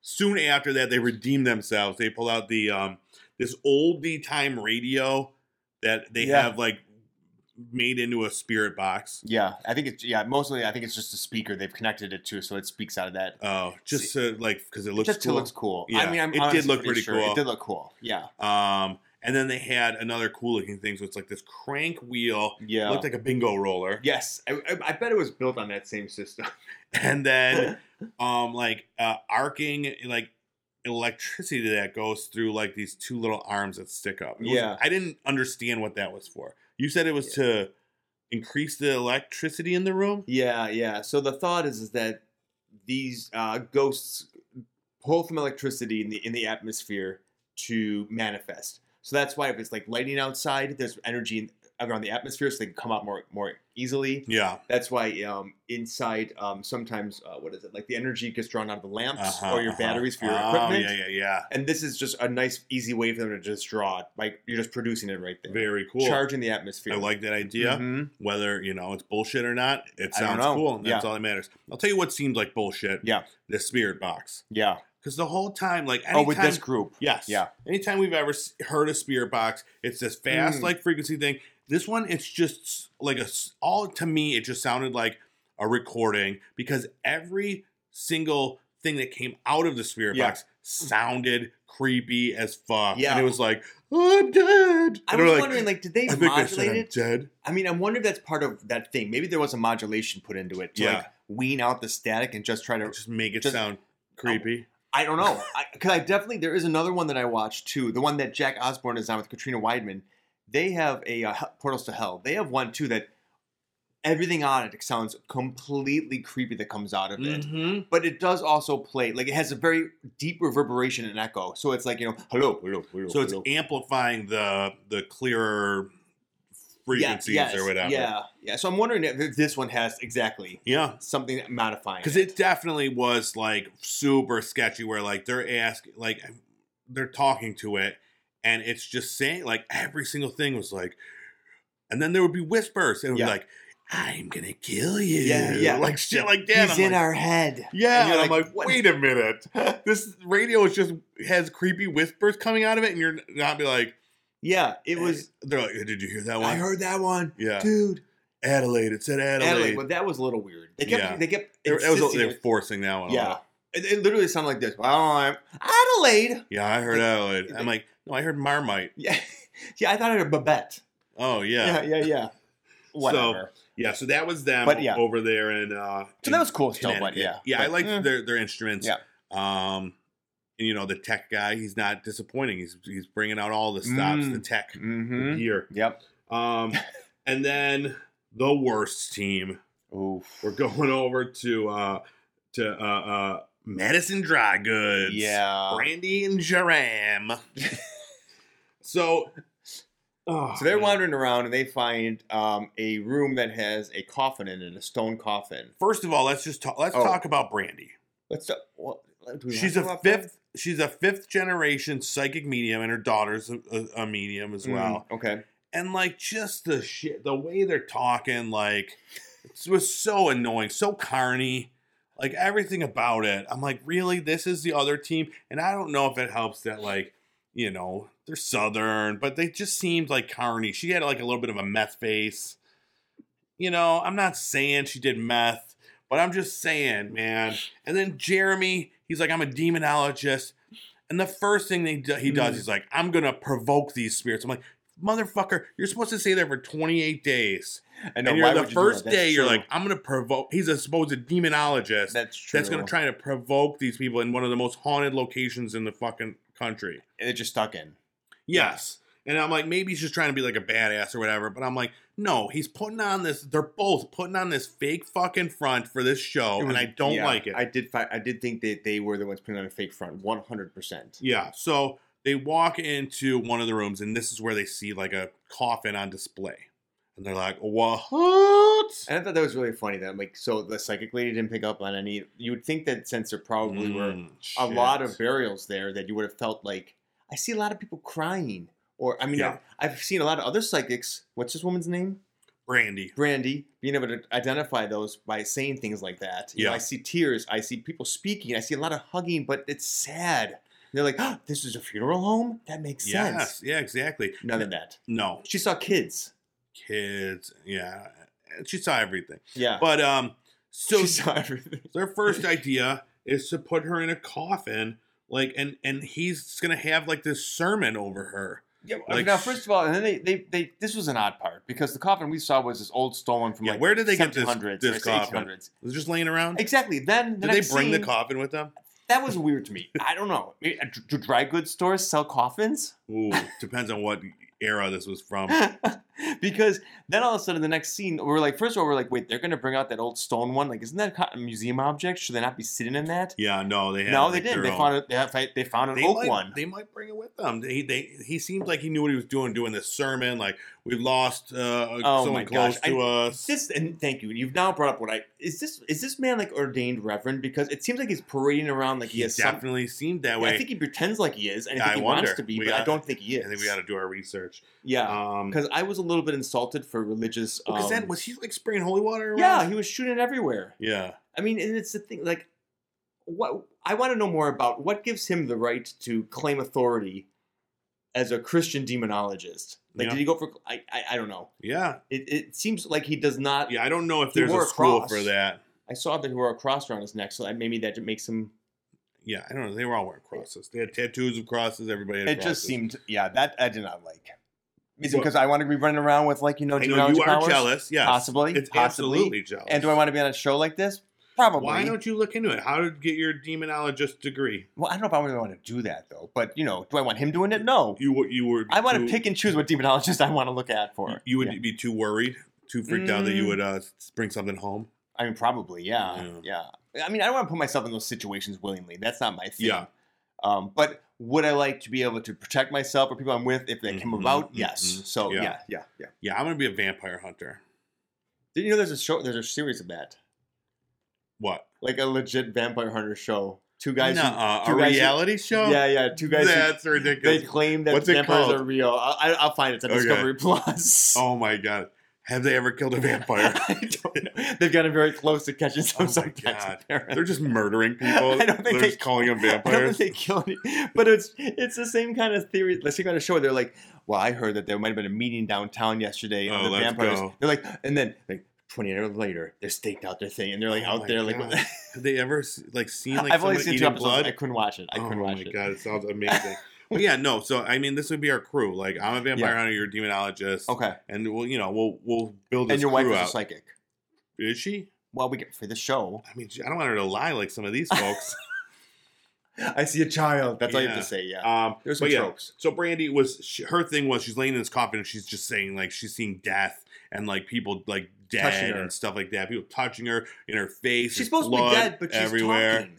Speaker 1: soon after that, they redeem themselves. They pull out the um, this oldie time radio that they
Speaker 2: Yeah.
Speaker 1: have like made into a spirit box.
Speaker 2: yeah, I think it's yeah. Mostly, I think it's just a speaker they've connected it to, so it speaks out of that.
Speaker 1: Oh, just to, like because it looks
Speaker 2: just
Speaker 1: cool.
Speaker 2: to looks cool.
Speaker 1: Yeah,
Speaker 2: I mean, I'm
Speaker 1: it did
Speaker 2: honestly
Speaker 1: look pretty cool.
Speaker 2: It did look cool. Yeah,
Speaker 1: um, and then they had another cool looking thing. So it's like this crank wheel.
Speaker 2: yeah.
Speaker 1: Looked like a bingo roller,
Speaker 2: yes, I, I, I bet it was built on that same system.
Speaker 1: <laughs> and
Speaker 2: <laughs>
Speaker 1: then um, like uh, arcing like electricity that goes through like these two little arms that stick up. It was-
Speaker 2: Yeah.
Speaker 1: I didn't understand what that was for. You said it was to increase the electricity in the room.
Speaker 2: Yeah, yeah. So the thought is, is that these uh, ghosts pull from electricity in the in the atmosphere to manifest. So that's why if it's like lightning outside, there's energy in, around the atmosphere, so they can come out more more easily.
Speaker 1: Yeah,
Speaker 2: That's why um, inside um, sometimes uh, what is it like the energy gets drawn out of the lamps
Speaker 1: Uh-huh,
Speaker 2: or your
Speaker 1: uh-huh.
Speaker 2: batteries for your
Speaker 1: Oh,
Speaker 2: equipment.
Speaker 1: Yeah, yeah,
Speaker 2: And this is just a nice, easy way for them to just draw. it. Like you're just producing it right
Speaker 1: yeah.
Speaker 2: there,
Speaker 1: Very cool.
Speaker 2: charging the atmosphere.
Speaker 1: I like that idea.
Speaker 2: Mhm.
Speaker 1: Whether you know it's bullshit or not, it
Speaker 2: I don't
Speaker 1: sounds
Speaker 2: know.
Speaker 1: cool. And that's
Speaker 2: Yeah.
Speaker 1: all that matters. I'll tell you what seemed like bullshit.
Speaker 2: Yeah.
Speaker 1: the spirit box.
Speaker 2: Yeah.
Speaker 1: Because the whole time, like anytime,
Speaker 2: Oh, with this group.
Speaker 1: Yes.
Speaker 2: Yeah.
Speaker 1: Anytime we've ever s- heard a spirit box, it's this fast
Speaker 2: Mm.
Speaker 1: like frequency thing. This one, it's just s- like a s- all to me. It just sounded like a recording because every single thing that came out of the spirit
Speaker 2: Yeah.
Speaker 1: box sounded creepy as fuck.
Speaker 2: Yeah.
Speaker 1: And it was like, oh, I'm dead.
Speaker 2: I
Speaker 1: And we're
Speaker 2: was
Speaker 1: like,
Speaker 2: wondering, like, did they
Speaker 1: I think I
Speaker 2: modulate
Speaker 1: said I'm
Speaker 2: it?
Speaker 1: dead.
Speaker 2: I mean, I wonder if that's part of that thing. Maybe there was a modulation put into it to like
Speaker 1: Yeah.
Speaker 2: wean out the static and just try to.
Speaker 1: Just make it
Speaker 2: Just-
Speaker 1: sound creepy.
Speaker 2: I don't know, because I, definitely there is another one that I watched too. The one that Jack Osborne is on with Katrina Weidman. They have a uh, Hel- Portals to Hell. They have one too that everything on it sounds completely creepy that comes out of it.
Speaker 1: Mhm.
Speaker 2: But it does also play like it has a very deep reverberation and echo. So it's like you know, hello, hello, hello.
Speaker 1: So it's
Speaker 2: hello.
Speaker 1: amplifying the the clearer frequencies
Speaker 2: yeah, yes,
Speaker 1: or whatever.
Speaker 2: Yeah, yeah. So I'm wondering if this one has exactly
Speaker 1: Yeah.
Speaker 2: something modifying.
Speaker 1: because it definitely was like super sketchy where like they're asking like they're talking to it and it's just saying like every single thing was like and then there would be whispers and it would
Speaker 2: Yeah.
Speaker 1: be like i'm gonna kill you
Speaker 2: Yeah, yeah.
Speaker 1: like shit like that
Speaker 2: He's
Speaker 1: I'm
Speaker 2: in
Speaker 1: like,
Speaker 2: our head.
Speaker 1: yeah
Speaker 2: and
Speaker 1: and,
Speaker 2: you're
Speaker 1: i'm
Speaker 2: like,
Speaker 1: like
Speaker 2: what-
Speaker 1: wait a minute <laughs> this radio is just has creepy whispers coming out of it and you're not be like "Eh."
Speaker 2: Yeah, it was.
Speaker 1: they're like did you hear that one
Speaker 2: I heard that one,
Speaker 1: yeah
Speaker 2: dude.
Speaker 1: adelaide it said adelaide,
Speaker 2: Adelaide, but that was a little weird. They kept.
Speaker 1: Yeah.
Speaker 2: They kept.
Speaker 1: They were- that was-
Speaker 2: insisting
Speaker 1: they were
Speaker 2: it-
Speaker 1: forcing that one a
Speaker 2: yeah.
Speaker 1: little.
Speaker 2: It, it literally sounded like this. Well, I'm Adelaide. <laughs>
Speaker 1: yeah i heard
Speaker 2: Like,
Speaker 1: adelaide i'm like no i heard marmite
Speaker 2: Yeah, yeah. I thought it was Babette.
Speaker 1: oh
Speaker 2: Yeah, yeah, yeah.
Speaker 1: <laughs>
Speaker 2: Whatever.
Speaker 1: Yeah, so that was them
Speaker 2: But, yeah.
Speaker 1: over there and uh
Speaker 2: So,
Speaker 1: in
Speaker 2: that was cool still, but
Speaker 1: Connecticut.
Speaker 2: yeah,
Speaker 1: Yeah, I
Speaker 2: But,
Speaker 1: liked
Speaker 2: eh,
Speaker 1: their their instruments.
Speaker 2: Yeah.
Speaker 1: Um and, you know, the tech guy, he's not disappointing. He's he's bringing out all the stops,
Speaker 2: Mm.
Speaker 1: the tech
Speaker 2: mhm.
Speaker 1: here.
Speaker 2: Yep.
Speaker 1: Um and then the worst team.
Speaker 2: Oof.
Speaker 1: We're going <laughs> over to uh to uh uh Madison Dry Goods.
Speaker 2: Yeah.
Speaker 1: Brandy and <laughs> Jaram. so oh,
Speaker 2: So they're
Speaker 1: man.
Speaker 2: wandering around and they find um, a room that has a coffin in it, a stone coffin.
Speaker 1: First of all, let's just talk let's
Speaker 2: Oh.
Speaker 1: talk about Brandy.
Speaker 2: Let's talk. Well, do we
Speaker 1: She's
Speaker 2: have to
Speaker 1: a
Speaker 2: talk about
Speaker 1: fifth. She's a fifth generation psychic medium, and her daughter's a, a, a medium as
Speaker 2: that? Mm,
Speaker 1: well.
Speaker 2: Okay.
Speaker 1: And like just the shit, the way they're talking, like it was so annoying, so carny. Like everything about it, I'm like, really, this is the other team, and I don't know if it helps that like you know they're southern, but they just seemed like carny. She had like a little bit of a meth face. You know, I'm not saying she did meth, but I'm just saying, man. And then Jeremy, he's like, I'm a demonologist. And the first thing they do, he does,
Speaker 2: Mm.
Speaker 1: he's like, I'm gonna provoke these spirits. I'm like, motherfucker, you're supposed to stay there for 28 days.
Speaker 2: I
Speaker 1: And
Speaker 2: why
Speaker 1: you're
Speaker 2: would
Speaker 1: the
Speaker 2: you do that?
Speaker 1: first
Speaker 2: That's
Speaker 1: day, you're
Speaker 2: true.
Speaker 1: like, I'm gonna provoke. He's a supposed demonologist
Speaker 2: that's true.
Speaker 1: that's gonna try to provoke these people in one of the most haunted locations in the fucking country.
Speaker 2: And it just stuck in.
Speaker 1: Yes. And I'm like, maybe he's just trying to be like a badass or whatever. But I'm like, no, he's putting on this. They're both putting on this fake fucking front for this show,
Speaker 2: It was-
Speaker 1: and I don't
Speaker 2: yeah,
Speaker 1: like it.
Speaker 2: I did. Fi- I did think that they were the ones putting on a fake front. One hundred percent.
Speaker 1: yeah. So they walk into one of the rooms, and this is where they see like a coffin on display, and they're like, Mm, what?
Speaker 2: And I thought that was really funny that like so the psychic lady didn't pick up on any. You would think that since there probably were
Speaker 1: Mm,
Speaker 2: a
Speaker 1: shit.
Speaker 2: lot of burials there that you would have felt like I see a lot of people crying. Or I mean,
Speaker 1: Yeah.
Speaker 2: I've, I've seen a lot of other psychics. What's this woman's name?
Speaker 1: brandy.
Speaker 2: Brandy. Being able to identify those by saying things like that. You know,
Speaker 1: Yeah.
Speaker 2: I see tears. I see people speaking. I see a lot of hugging, but it's sad. And they're like, oh, this is a funeral home. That makes sense.
Speaker 1: Yes. Yeah. Exactly.
Speaker 2: None of that.
Speaker 1: No
Speaker 2: She saw kids.
Speaker 1: kids. Yeah. eh, She saw everything.
Speaker 2: Yeah.
Speaker 1: But um, so
Speaker 2: <laughs> she saw everything.
Speaker 1: Their first idea is to put her in a coffin, like, and and he's gonna have like this sermon over her.
Speaker 2: Yeah, I mean,
Speaker 1: Like-
Speaker 2: now first of all, and then they, they, they this was an odd part because the coffin we saw was this old stolen from
Speaker 1: Yeah,
Speaker 2: like
Speaker 1: where did they get this-
Speaker 2: 1700s
Speaker 1: this
Speaker 2: or
Speaker 1: coffin?
Speaker 2: 1800s.
Speaker 1: It was just laying around.
Speaker 2: Exactly. Then the
Speaker 1: Did they
Speaker 2: next
Speaker 1: bring the
Speaker 2: scene-
Speaker 1: coffin with them?
Speaker 2: That was weird to me. I don't know. Maybe- Do do dry goods stores sell coffins? <laughs>
Speaker 1: Ooh, depends on what era this was from.
Speaker 2: because then all of a sudden the next scene we're like, first of all, we're like, wait, they're gonna bring out that old stone one. Like, isn't that a museum object? Should they not be sitting in that?
Speaker 1: Yeah, no, they had
Speaker 2: no, they
Speaker 1: like,
Speaker 2: didn't.
Speaker 1: their
Speaker 2: They
Speaker 1: own.
Speaker 2: found it. They, had- they found an
Speaker 1: They
Speaker 2: oak
Speaker 1: might,
Speaker 2: one.
Speaker 1: They might bring it with them. They, they, he seemed like he knew what he was doing, doing this sermon. Like we lost uh,
Speaker 2: Oh my
Speaker 1: someone
Speaker 2: gosh,
Speaker 1: close to us.
Speaker 2: This and thank you. You've now brought up what I is this is this man like ordained reverend because it seems like he's parading around like he,
Speaker 1: he
Speaker 2: has some
Speaker 1: definitely seemed that
Speaker 2: Yeah,
Speaker 1: way.
Speaker 2: I think he pretends like he is, and I
Speaker 1: Yeah,
Speaker 2: think
Speaker 1: I
Speaker 2: he
Speaker 1: wonder.
Speaker 2: wants to be,
Speaker 1: We
Speaker 2: but I
Speaker 1: gotta-
Speaker 2: don't think he is.
Speaker 1: I think we got to do our research.
Speaker 2: yeah,
Speaker 1: Um,
Speaker 2: because I was a little bit insulted for religious.
Speaker 1: because
Speaker 2: um,
Speaker 1: then was he like spraying holy water? Around?
Speaker 2: yeah, he was shooting everywhere.
Speaker 1: yeah.
Speaker 2: I mean, and it's the thing, like, what I want to know more about what gives him the right to claim authority as a Christian demonologist. Like,
Speaker 1: Yeah.
Speaker 2: did he go for? I, I, I don't know.
Speaker 1: Yeah,
Speaker 2: It, it seems like he does not.
Speaker 1: Yeah, I don't know if
Speaker 2: He
Speaker 1: there's
Speaker 2: wore
Speaker 1: a
Speaker 2: a
Speaker 1: school
Speaker 2: cross.
Speaker 1: for that.
Speaker 2: I saw that he wore a cross around his neck, so that maybe that makes him.
Speaker 1: Yeah, I don't know. They were all wearing crosses. They had tattoos of crosses. Everybody had
Speaker 2: It just
Speaker 1: crosses.
Speaker 2: seemed, yeah, that I did not like. Is it
Speaker 1: Well-
Speaker 2: because I want to be running around with like you know
Speaker 1: I know
Speaker 2: demonology
Speaker 1: you are
Speaker 2: powers?
Speaker 1: jealous. Yes,
Speaker 2: Possibly,
Speaker 1: It's
Speaker 2: possibly.
Speaker 1: absolutely jealous.
Speaker 2: And do I want to be on a show like this? Probably.
Speaker 1: Why don't you look into it? How to get your demonologist degree?
Speaker 2: well, I don't know if I really want to do that though. But you know, do I want him doing it? No.
Speaker 1: You were- you were.
Speaker 2: I want
Speaker 1: too-
Speaker 2: to pick and choose what demonologist I want to look at for.
Speaker 1: You would
Speaker 2: Yeah.
Speaker 1: be too worried, too freaked out that you
Speaker 2: Mm.
Speaker 1: would uh, bring something home.
Speaker 2: I mean, probably. Yeah, yeah. I mean, I don't want to put myself in those situations willingly. That's not my thing.
Speaker 1: Yeah.
Speaker 2: Um, but would I like to be able to protect myself or people I'm with if they came
Speaker 1: Mhm,
Speaker 2: about? Yes.
Speaker 1: mhm.
Speaker 2: So
Speaker 1: Yeah.
Speaker 2: yeah. yeah, yeah,
Speaker 1: Yeah, I'm gonna be a vampire hunter.
Speaker 2: Did you know there's a show? There's a series of that,
Speaker 1: What?
Speaker 2: like a legit vampire hunter show. Two guys. who-
Speaker 1: Nuh-uh.
Speaker 2: two
Speaker 1: uh, a
Speaker 2: guys who-
Speaker 1: reality show?
Speaker 2: yeah, yeah. Two guys. who-
Speaker 1: That's
Speaker 2: they
Speaker 1: ridiculous.
Speaker 2: claim that
Speaker 1: What's it
Speaker 2: vampires
Speaker 1: called?
Speaker 2: are real. I'll, I- I'll find it. It's on
Speaker 1: Okay.
Speaker 2: Discovery Plus.
Speaker 1: <laughs> oh my god. Have they ever killed a vampire?
Speaker 2: <laughs> I don't know. They've gotten very close to catching
Speaker 1: Oh
Speaker 2: some
Speaker 1: my
Speaker 2: sometimes.
Speaker 1: God.
Speaker 2: apparently.
Speaker 1: They're just murdering people.
Speaker 2: I don't think
Speaker 1: They're
Speaker 2: they-
Speaker 1: just calling them
Speaker 2: <laughs> I don't think
Speaker 1: vampires.
Speaker 2: they kill any, but it's it's the same kind of theory. Let's take on a show. where They're like, well, I heard that there might have been a meeting downtown yesterday
Speaker 1: Oh,
Speaker 2: of the
Speaker 1: let's
Speaker 2: vampires.
Speaker 1: go.
Speaker 2: They're like, and then like 20 hours later, they're staked out their thing, and they're like
Speaker 1: Oh my
Speaker 2: out there like. <laughs>
Speaker 1: God. Have they ever s- like seen like
Speaker 2: I've
Speaker 1: someone
Speaker 2: only seen two
Speaker 1: eating
Speaker 2: episodes.
Speaker 1: blood?
Speaker 2: I couldn't watch it. I
Speaker 1: oh
Speaker 2: couldn't watch
Speaker 1: my
Speaker 2: it.
Speaker 1: god, it
Speaker 2: <laughs>
Speaker 1: sounds amazing. well, yeah, no. So I mean, this would be our crew. Like I'm a vampire
Speaker 2: Yeah.
Speaker 1: hunter, you're a demonologist,
Speaker 2: Okay.
Speaker 1: and we'll you know we'll we'll build this
Speaker 2: And your wife
Speaker 1: crew
Speaker 2: is a
Speaker 1: out.
Speaker 2: psychic.
Speaker 1: is she?
Speaker 2: Well, we get for the show.
Speaker 1: I mean, she- I don't want her to lie like some of these
Speaker 2: <laughs>
Speaker 1: folks.
Speaker 2: I see a child. That's all you have
Speaker 1: Yeah.
Speaker 2: to say. Yeah.
Speaker 1: um,
Speaker 2: There's some
Speaker 1: but yeah,
Speaker 2: tropes.
Speaker 1: so Brandy was she, her thing was she's laying in this coffin and she's just saying like she's seeing death and like people like
Speaker 2: Touching
Speaker 1: dead
Speaker 2: her.
Speaker 1: and stuff like that. People touching her in her face.
Speaker 2: She's
Speaker 1: there's
Speaker 2: supposed to be
Speaker 1: blood
Speaker 2: dead, but she's talking.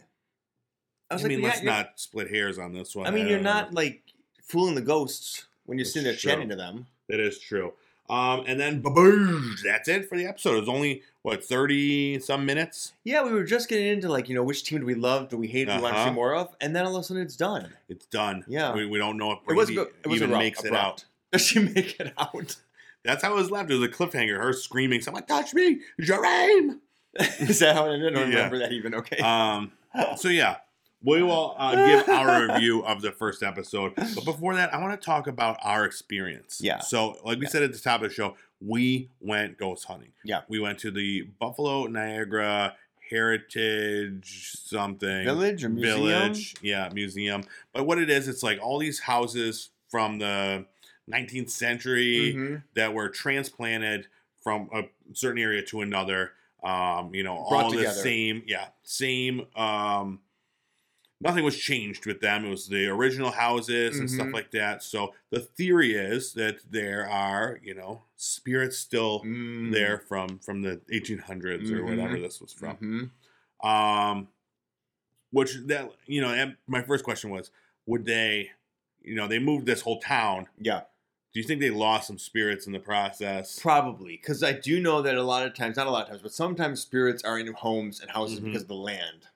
Speaker 1: I,
Speaker 2: was
Speaker 1: mean,
Speaker 2: yeah,
Speaker 1: let's
Speaker 2: you're-
Speaker 1: not split hairs on this one. Uh,
Speaker 2: I mean,
Speaker 1: don't
Speaker 2: you're
Speaker 1: know.
Speaker 2: not like fooling the ghosts when you're
Speaker 1: That's
Speaker 2: sitting there
Speaker 1: true.
Speaker 2: chatting to them.
Speaker 1: That is true. Um, and then ba-boom, that's it for the episode. It was only what thirty some minutes.
Speaker 2: Yeah, we were just getting into like, you know, which team do we love, do we hate, do we want to see
Speaker 1: Uh-huh.
Speaker 2: more of, and then all of a sudden it's done.
Speaker 1: It's done.
Speaker 2: Yeah.
Speaker 1: we, we don't know if
Speaker 2: It was
Speaker 1: Brady
Speaker 2: go- it was
Speaker 1: even
Speaker 2: abrupt-
Speaker 1: makes it out.
Speaker 2: abrupt. <laughs> Does she make it out? <laughs>
Speaker 1: That's how it was left. It was a cliffhanger. Her screaming, "Someone touch me, Jerame!"
Speaker 2: Is that how I didn't
Speaker 1: Yeah.
Speaker 2: remember that even? Okay.
Speaker 1: Um, so yeah, we will uh, give
Speaker 2: <laughs>
Speaker 1: our review of the first episode. But before that, I want to talk about our experience.
Speaker 2: Yeah.
Speaker 1: So, like we
Speaker 2: Yeah.
Speaker 1: said at the top of the show, we went ghost hunting.
Speaker 2: Yeah.
Speaker 1: We went to the Buffalo Niagara Heritage something
Speaker 2: Village or museum?
Speaker 1: village. Yeah, museum. But what it is, it's like all these houses from the 19th century
Speaker 2: Mhm.
Speaker 1: that were transplanted from a certain area to another. Um, you know,
Speaker 2: Brought
Speaker 1: all the
Speaker 2: together.
Speaker 1: same, yeah, same. Um, nothing was changed with them. It was the original houses and stuff
Speaker 2: Mhm.
Speaker 1: like that. So the theory is that there are, you know, spirits still
Speaker 2: Mm.
Speaker 1: there from from the 1800s or
Speaker 2: Mm-hmm.
Speaker 1: whatever this was from.
Speaker 2: Mhm.
Speaker 1: Um, which that you know, and my first question was, would they, you know, they moved this whole town.
Speaker 2: Yeah.
Speaker 1: Do you think they lost some spirits in the process?
Speaker 2: Probably, because I do know that a lot of times, not a lot of times, but sometimes spirits are in homes and houses
Speaker 1: Mhm.
Speaker 2: because of the land.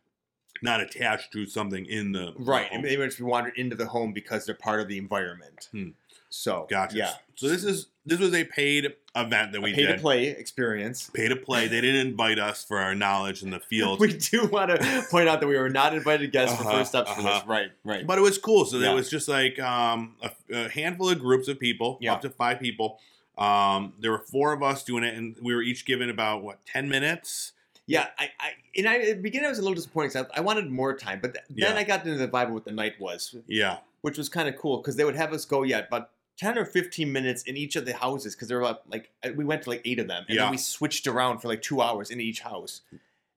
Speaker 1: Not attached to something in the
Speaker 2: Right.
Speaker 1: home.
Speaker 2: And they might just be wandered into the home because they're part of the environment.
Speaker 1: Hmm.
Speaker 2: So,
Speaker 1: Gotcha.
Speaker 2: yeah.
Speaker 1: So this is this was a paid event that we
Speaker 2: pay
Speaker 1: did.
Speaker 2: to play experience.
Speaker 1: Pay to play. They didn't invite us for our knowledge in the field,
Speaker 2: <laughs> We do want to point out that we were not invited guests for
Speaker 1: Uh-huh,
Speaker 2: first steps for this.
Speaker 1: uh-huh.
Speaker 2: Right, right.
Speaker 1: but it was cool. So there
Speaker 2: Yeah.
Speaker 1: was just like um, a, a handful of groups of people,
Speaker 2: Yeah.
Speaker 1: up to five people. Um, there were four of us doing it, and we were each given about what ten minutes.
Speaker 2: yeah, I, I and I at the beginning I was a little disappointed because I, I wanted more time, but th- then
Speaker 1: Yeah.
Speaker 2: I got into the vibe of what the night was,
Speaker 1: Yeah.
Speaker 2: which was kind of cool because they would have us go yeah about 10 or 15 minutes in each of the houses because there were about, like uh, we went to like eight of them and
Speaker 1: Yeah.
Speaker 2: then we switched around for like two hours in each house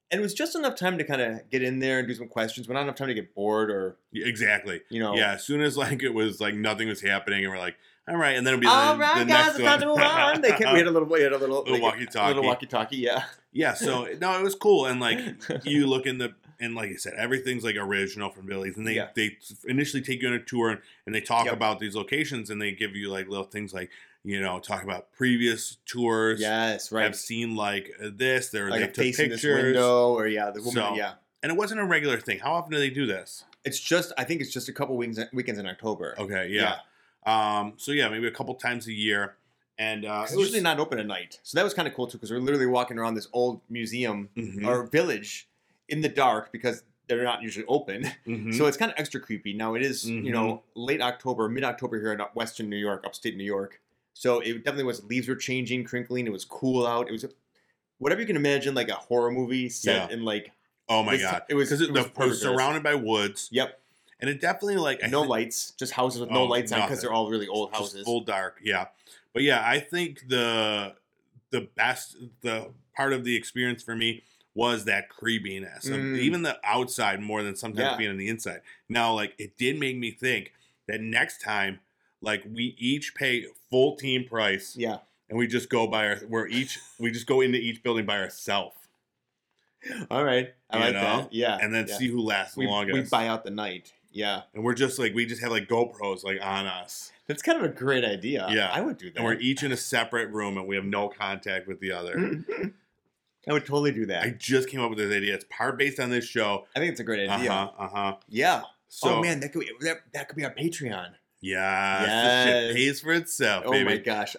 Speaker 2: and it was just enough time to kind of get in there and do some questions but not enough time to get bored or
Speaker 1: Exactly.
Speaker 2: you know
Speaker 1: Yeah. As soon as like it was like nothing was happening, and we're like, all right, and then it'll be
Speaker 2: all
Speaker 1: the,
Speaker 2: right
Speaker 1: the
Speaker 2: guys
Speaker 1: next
Speaker 2: it's time to move
Speaker 1: one.
Speaker 2: on they kept, we had a little we had
Speaker 1: <laughs>
Speaker 2: a little,
Speaker 1: Little walkie-talkie.
Speaker 2: little walkie-talkie yeah
Speaker 1: yeah. So no, it was cool, and
Speaker 2: <laughs>
Speaker 1: like you look in the and like I said, everything's like original from Billy's, and they
Speaker 2: Yeah.
Speaker 1: they initially take you on a tour and, and they talk
Speaker 2: Yep.
Speaker 1: about these locations, and they give you like little things like you know talk about previous tours.
Speaker 2: yes right
Speaker 1: I've seen like uh, this. There
Speaker 2: like
Speaker 1: they took
Speaker 2: facing
Speaker 1: pictures,
Speaker 2: this window or yeah the woman
Speaker 1: So-
Speaker 2: yeah
Speaker 1: and it wasn't a regular thing. How often do they do this?
Speaker 2: it's just i think it's just a couple weeks weekends in october
Speaker 1: Okay, yeah.
Speaker 2: Yeah.
Speaker 1: Um, so yeah, maybe a couple times a year, and uh,
Speaker 2: 'Cause it's usually not open at night so that was kind of cool too because we're literally walking around this old museum
Speaker 1: Mhm,
Speaker 2: or village in the dark because they're not usually open.
Speaker 1: mhm.
Speaker 2: So it's kind of extra creepy. Now it is, you know,
Speaker 1: Mhm.
Speaker 2: late October, mid October here in Western New York, upstate New York. So it definitely was leaves were changing, crinkling. It was cool out. It was whatever you can imagine, like a horror movie set in like
Speaker 1: oh my
Speaker 2: this-
Speaker 1: god,
Speaker 2: It was
Speaker 1: because
Speaker 2: it
Speaker 1: it,
Speaker 2: was
Speaker 1: the- it was
Speaker 2: perfect for us.
Speaker 1: surrounded by woods,
Speaker 2: Yep,
Speaker 1: and it definitely like I
Speaker 2: no
Speaker 1: thi-
Speaker 2: lights, just houses with no
Speaker 1: Oh,
Speaker 2: lights on because
Speaker 1: nothing.
Speaker 2: they're all really old
Speaker 1: just
Speaker 2: houses.
Speaker 1: full dark, yeah. But yeah, I think the the best the part of the experience for me was that creepiness, of
Speaker 2: Mm.
Speaker 1: even the outside more than sometimes
Speaker 2: Yeah.
Speaker 1: being on the inside. Now, like it did make me think that next time, like we each pay full team price.
Speaker 2: Yeah,
Speaker 1: and we just go by our we're each we just go into each building by ourselves
Speaker 2: all right, I
Speaker 1: You
Speaker 2: like
Speaker 1: know?
Speaker 2: that. Yeah,
Speaker 1: and then
Speaker 2: yeah.
Speaker 1: see who lasts the
Speaker 2: we, we
Speaker 1: longest.
Speaker 2: buy out the night. Yeah,
Speaker 1: and we're just like we just have like GoPros like on us,
Speaker 2: that's kind of a great idea.
Speaker 1: Yeah.
Speaker 2: I would do that.
Speaker 1: and we're each in a separate room, and we have no contact with the other.
Speaker 2: <laughs> I would totally do that.
Speaker 1: I
Speaker 2: I,
Speaker 1: just came up with this idea. It's part based on this show.
Speaker 2: think it's a great
Speaker 1: Uh
Speaker 2: idea.
Speaker 1: huh. Uh huh.
Speaker 2: Yeah.
Speaker 1: So
Speaker 2: oh man, that could be, that, that could be our Patreon.
Speaker 1: yeah, this
Speaker 2: Yes.
Speaker 1: shit pays for itself,
Speaker 2: Oh my <laughs>
Speaker 1: baby.
Speaker 2: gosh,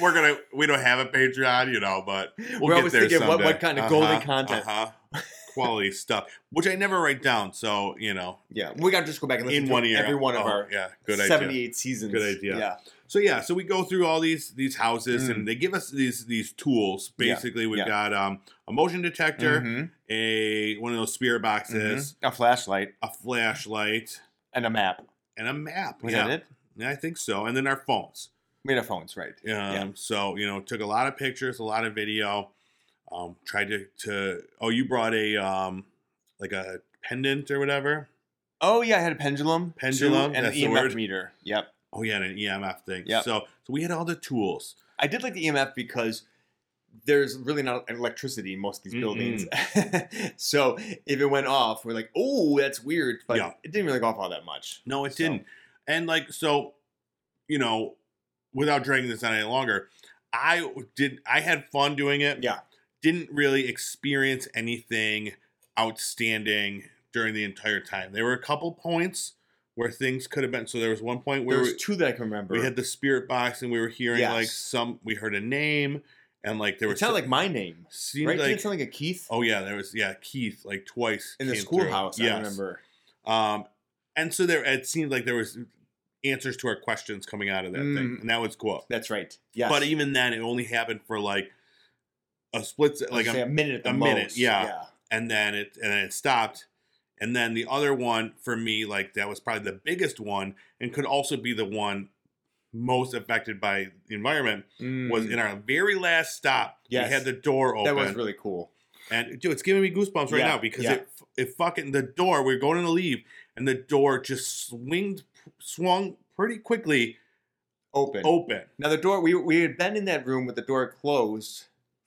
Speaker 1: we're gonna we don't have a Patreon, you know, but we'll
Speaker 2: we're
Speaker 1: get
Speaker 2: always
Speaker 1: there
Speaker 2: thinking what,
Speaker 1: someday.
Speaker 2: what kind of golden
Speaker 1: Uh-huh,
Speaker 2: content. <laughs>
Speaker 1: uh-huh. quality stuff, which I never write down. So you know,
Speaker 2: Yeah, we got to just go back and listen
Speaker 1: in
Speaker 2: to
Speaker 1: one year,
Speaker 2: every one of
Speaker 1: Oh,
Speaker 2: our
Speaker 1: yeah, good idea.
Speaker 2: seventy-eight seasons.
Speaker 1: Good idea.
Speaker 2: Yeah,
Speaker 1: So yeah, so we go through all these these houses,
Speaker 2: Mm.
Speaker 1: and they give us these these tools.
Speaker 2: Yeah,
Speaker 1: Basically, we've
Speaker 2: yeah.
Speaker 1: got um, a motion detector,
Speaker 2: Mhm,
Speaker 1: a one of those spirit boxes,
Speaker 2: mhm. a flashlight
Speaker 1: a flashlight,
Speaker 2: and a map.
Speaker 1: and a map.
Speaker 2: Was
Speaker 1: yeah,
Speaker 2: that it?
Speaker 1: Yeah, I think so. And then our phones.
Speaker 2: We had our phones, right?
Speaker 1: Um, So you know, took a lot of pictures, a lot of video. Um, tried to to oh, you brought a um like a pendant or whatever.
Speaker 2: Oh yeah, I had a pendulum,
Speaker 1: Pendulum,
Speaker 2: too, and an
Speaker 1: that's the
Speaker 2: EMF
Speaker 1: word.
Speaker 2: meter. Yep.
Speaker 1: Oh yeah, and an EMF thing.
Speaker 2: Yep.
Speaker 1: So so we had all the tools.
Speaker 2: I did like the EMF because there's really not electricity in most of these
Speaker 1: Mm-mm.
Speaker 2: buildings. <laughs> so if it went off, we're like, oh, that's weird. But
Speaker 1: Yeah.
Speaker 2: it didn't really go off all that much.
Speaker 1: No, it
Speaker 2: So-
Speaker 1: didn't. And like so, you know, without dragging this on any longer, I did. I had fun doing it.
Speaker 2: Yeah.
Speaker 1: didn't really experience anything outstanding during the entire time. There were a couple points where things could have been. So there was one point where
Speaker 2: There's
Speaker 1: we,
Speaker 2: two that I can remember.
Speaker 1: we had the spirit box and we were hearing
Speaker 2: Yes.
Speaker 1: like some. We heard a name and like there
Speaker 2: it
Speaker 1: was
Speaker 2: sounded like my name,
Speaker 1: seemed
Speaker 2: right? Didn't
Speaker 1: like
Speaker 2: it sound like a Keith
Speaker 1: oh yeah there was yeah Keith like twice
Speaker 2: in the
Speaker 1: came through.
Speaker 2: schoolhouse? I
Speaker 1: Yes.
Speaker 2: remember.
Speaker 1: Um, and so there it seemed like there was answers to our questions coming out of that thing,
Speaker 2: Mm.
Speaker 1: and that was cool.
Speaker 2: That's right. Yes.
Speaker 1: But even then, it only happened for like a split, se-
Speaker 2: Let's
Speaker 1: like
Speaker 2: say
Speaker 1: a,
Speaker 2: a minute at the
Speaker 1: a
Speaker 2: most.
Speaker 1: minute, yeah. and then it and then it stopped. And then the other one for me, like that was probably the biggest one, and could also be the one most affected by the environment. Was
Speaker 2: Mm.
Speaker 1: in our very last stop,
Speaker 2: Yes.
Speaker 1: we had the door open,
Speaker 2: that was really cool.
Speaker 1: and dude, it's giving me goosebumps right
Speaker 2: Yeah,
Speaker 1: now because
Speaker 2: yeah.
Speaker 1: it it fucking the door. We are going to leave, and the door just swinged, swung pretty quickly
Speaker 2: Open.
Speaker 1: open.
Speaker 2: Now the door we we had been in that room with the door closed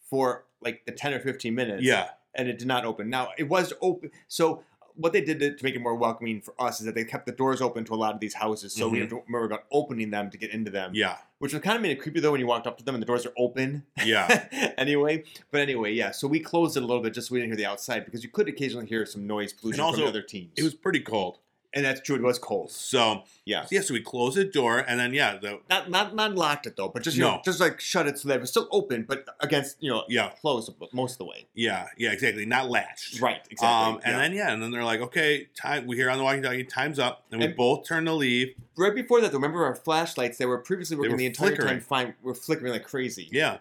Speaker 2: for like the ten or fifteen minutes.
Speaker 1: Yeah,
Speaker 2: And it did not open. Now it was open. So what they did to, to make it more welcoming for us is that they kept the doors open to a lot of these houses, so we
Speaker 1: Mhm.
Speaker 2: have to remember about opening them to get into them.
Speaker 1: yeah,
Speaker 2: Which was kind of made it creepy though when you walked up to them and the doors are open. <laughs>
Speaker 1: yeah,
Speaker 2: anyway, but anyway, yeah. So we closed it a little bit just so we didn't hear the outside because you could occasionally hear some noise pollution
Speaker 1: And also,
Speaker 2: from the other teams.
Speaker 1: it was pretty cold.
Speaker 2: and that's true. It was cold.
Speaker 1: So
Speaker 2: Yeah.
Speaker 1: yeah, so we closed the door, and then yeah, the
Speaker 2: Not not not locked it though, but just you
Speaker 1: No.
Speaker 2: know, just like shut it so that it was still open, but against you know
Speaker 1: yeah,
Speaker 2: closed most of the way.
Speaker 1: yeah, yeah, exactly, not latched.
Speaker 2: Right.
Speaker 1: Um, and
Speaker 2: and then
Speaker 1: then yeah, and then they're like, okay, time. We hear on the walkie-talkie, time's up, and we
Speaker 2: And-
Speaker 1: both turn to leave.
Speaker 2: right before that, though, remember our flashlights that were previously working
Speaker 1: were
Speaker 2: the entire
Speaker 1: flickering.
Speaker 2: time fine were flickering like crazy.
Speaker 1: Yeah,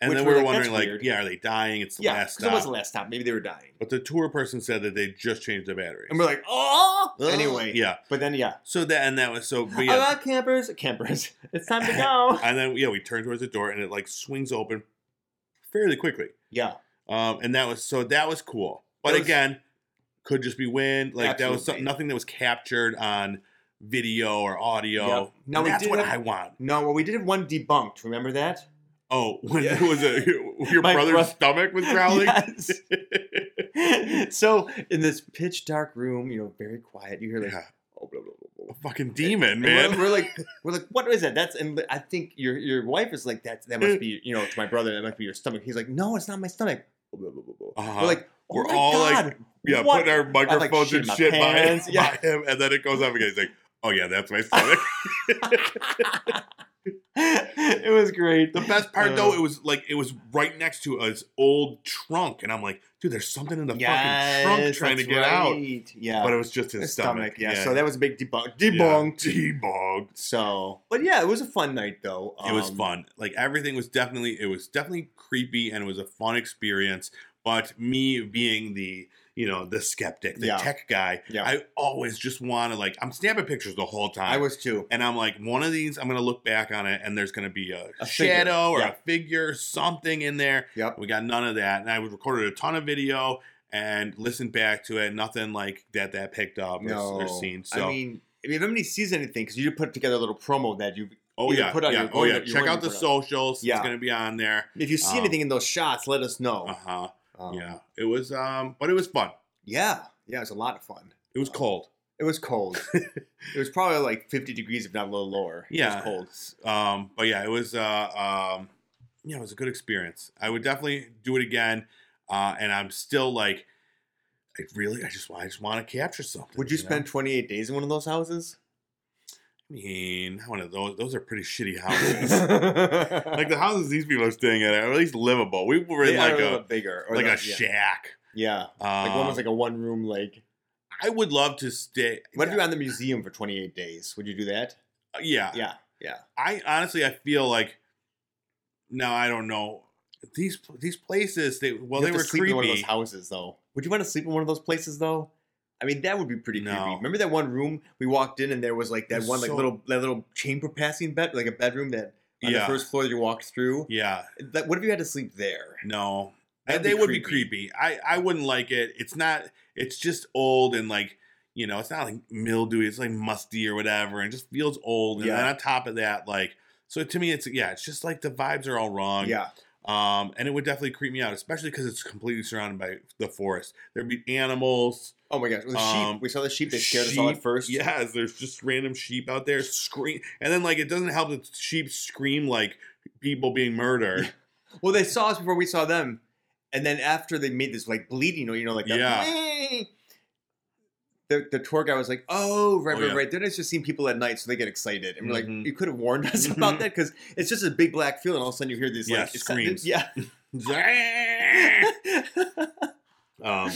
Speaker 1: and
Speaker 2: Which
Speaker 1: then
Speaker 2: we're
Speaker 1: we were
Speaker 2: like, that's
Speaker 1: wondering like,
Speaker 2: weird.
Speaker 1: yeah, are they dying? It's the
Speaker 2: yeah.
Speaker 1: last
Speaker 2: 'cause it was the
Speaker 1: stop.
Speaker 2: last stop. Maybe they were dying,
Speaker 1: But the tour person said that they just changed the batteries.
Speaker 2: and we're like, oh.
Speaker 1: Ugh.
Speaker 2: Anyway,
Speaker 1: yeah.
Speaker 2: But then yeah,
Speaker 1: So that and that was so. But
Speaker 2: all
Speaker 1: yeah,
Speaker 2: right, campers, campers, <laughs> it's time to
Speaker 1: <laughs>
Speaker 2: go.
Speaker 1: and then yeah, we turn towards the door and it like swings open fairly quickly.
Speaker 2: yeah.
Speaker 1: Um, and that was so that was cool. But
Speaker 2: That was-
Speaker 1: again, could just be wind. Like that was
Speaker 2: Absolutely.
Speaker 1: some, nothing that was captured on video or audio.
Speaker 2: Yep. Now,
Speaker 1: And
Speaker 2: we
Speaker 1: that's
Speaker 2: did
Speaker 1: what
Speaker 2: have-
Speaker 1: I want.
Speaker 2: No, well, we did have one debunked. Remember that?
Speaker 1: <laughs> Oh, when
Speaker 2: Yeah.
Speaker 1: it was a <laughs> your
Speaker 2: My
Speaker 1: brother's
Speaker 2: brother-
Speaker 1: stomach was
Speaker 2: <laughs>
Speaker 1: growling. <laughs>
Speaker 2: Yes. so in this pitch dark room, you know, very quiet. You hear like,
Speaker 1: Yeah,
Speaker 2: oh, blah, blah, blah, blah.
Speaker 1: "Ah, a fucking demon,
Speaker 2: And
Speaker 1: man.
Speaker 2: We're, we're like, we're like, what is that? That's and I think your your wife is like that. That must be you know to my brother. That must be your stomach. He's like, no, it's not my stomach. Blah, blah, blah, blah.
Speaker 1: Uh-huh.
Speaker 2: We're like, oh
Speaker 1: We're
Speaker 2: my
Speaker 1: all
Speaker 2: God,
Speaker 1: like, yeah,
Speaker 2: what?
Speaker 1: putting our
Speaker 2: like,
Speaker 1: microphones
Speaker 2: shit
Speaker 1: and
Speaker 2: in my
Speaker 1: shit by,
Speaker 2: pants.
Speaker 1: by
Speaker 2: Yeah.
Speaker 1: him, and then it goes up again. He's like, "Oh yeah, that's
Speaker 2: <laughs>
Speaker 1: my stomach."
Speaker 2: <laughs> it was great.
Speaker 1: The best part
Speaker 2: Uh,
Speaker 1: though, it was like it was right next to us old trunk, and I'm like, dude, there's something in the
Speaker 2: Uh, Yes,
Speaker 1: fucking trunk trying to
Speaker 2: that's
Speaker 1: get out,
Speaker 2: right. Yeah,
Speaker 1: but it was just his,
Speaker 2: His
Speaker 1: stomach.
Speaker 2: stomach. yeah. so that was a big debunk. Debunked.
Speaker 1: debunked.
Speaker 2: So, but yeah, it was a fun night though.
Speaker 1: it was
Speaker 2: Um,
Speaker 1: fun. Like everything was definitely, it was definitely creepy, and it was a fun experience. But me being the, you know, the skeptic, the
Speaker 2: Yeah.
Speaker 1: tech guy,
Speaker 2: Yeah, I,
Speaker 1: I always just want to like, I'm snapping pictures the whole time.
Speaker 2: was too.
Speaker 1: and I'm like, one of these, I'm gonna look back on it, and there's gonna be a,
Speaker 2: A figure,
Speaker 1: shadow or
Speaker 2: yeah.
Speaker 1: a figure, something in there.
Speaker 2: Yep.
Speaker 1: We got none of that, and I recorded a ton of video and listened back to it. Nothing like that that picked up or,
Speaker 2: No.
Speaker 1: or seen. So,
Speaker 2: I mean, if anybody sees anything, because you put together a little promo that you,
Speaker 1: oh
Speaker 2: either
Speaker 1: yeah,
Speaker 2: put out
Speaker 1: yeah,
Speaker 2: your-
Speaker 1: oh
Speaker 2: or
Speaker 1: yeah.
Speaker 2: your- your
Speaker 1: Check
Speaker 2: one
Speaker 1: out the
Speaker 2: you put out.
Speaker 1: socials. It's
Speaker 2: Yeah.
Speaker 1: gonna be on there.
Speaker 2: if you see
Speaker 1: Um,
Speaker 2: anything in those shots, let us know.
Speaker 1: Uh huh.
Speaker 2: Um,
Speaker 1: yeah, it was. Um, but it was fun.
Speaker 2: yeah, yeah. It was a lot of fun.
Speaker 1: It was cold.
Speaker 2: It was
Speaker 1: <laughs>
Speaker 2: cold. it was probably like 50 degrees, if not a little lower. it
Speaker 1: Yeah.
Speaker 2: was cold.
Speaker 1: Um, but yeah, it was uh, um, yeah, it was a good experience. I would definitely do it again. Uh, and I'm still like, I really, I just, want- I just want to capture something.
Speaker 2: Would you
Speaker 1: know?
Speaker 2: spend 28 days in one of those houses?
Speaker 1: I mean, one of those. Those are pretty
Speaker 2: <laughs>
Speaker 1: shitty <laughs> houses. like
Speaker 2: like
Speaker 1: the houses these people are staying in are at least livable. We were in like a
Speaker 2: bigger, or
Speaker 1: like
Speaker 2: the-
Speaker 1: a shack.
Speaker 2: yeah, yeah.
Speaker 1: Um,
Speaker 2: like one was like a one room like.
Speaker 1: I would love to stay.
Speaker 2: What if you were at the museum for 28 days? Would you do that?
Speaker 1: yeah,
Speaker 2: Yeah, yeah.
Speaker 1: I honestly I feel like now I don't know these these places they well
Speaker 2: You
Speaker 1: they
Speaker 2: have to
Speaker 1: were
Speaker 2: sleep
Speaker 1: creepy.
Speaker 2: in one of those houses though. Would you want to sleep in one of those places though? I mean, that would be pretty
Speaker 1: No.
Speaker 2: creepy. Remember that one room we walked in and there was like that
Speaker 1: It's
Speaker 2: one like
Speaker 1: so-
Speaker 2: little that little chamber passing bed, like a bedroom that on
Speaker 1: yeah,
Speaker 2: the first floor that you walked through.
Speaker 1: yeah,
Speaker 2: That, what if you had to sleep there?
Speaker 1: no,
Speaker 2: That'd
Speaker 1: they would be creepy. I I wouldn't like it. It's not. It's just old and like you know it's not like mildewy. It's like musty or whatever, and just feels old. And
Speaker 2: Yeah.
Speaker 1: then on top of that, like so to me, it's yeah, it's just like the vibes are all wrong.
Speaker 2: Yeah,
Speaker 1: Um, and it would definitely creep me out, especially because it's completely surrounded by the forest. There'd be animals.
Speaker 2: Oh my gosh, the
Speaker 1: Um,
Speaker 2: sheep. We saw the sheep. They scared us all at
Speaker 1: sheep,
Speaker 2: first.
Speaker 1: Yes, there's just random sheep out there scream, and then like it doesn't help that sheep scream like people being murdered.
Speaker 2: <laughs>
Speaker 1: <laughs>
Speaker 2: Well, they saw us before we saw them, And then after they made this like bleeding, or you know, like the-
Speaker 1: Yeah.
Speaker 2: The, the tour guy was like, "Oh, right,
Speaker 1: Oh,
Speaker 2: right,
Speaker 1: yeah.
Speaker 2: right." Then it's just seeing people at night, so they get excited, and we're
Speaker 1: Mhm.
Speaker 2: like, "You could have warned us
Speaker 1: Mhm.
Speaker 2: about that because it's just a big black field, and all of a sudden you hear these
Speaker 1: Yeah,
Speaker 2: like
Speaker 1: screams. <laughs>
Speaker 2: Yeah, <laughs>
Speaker 1: um,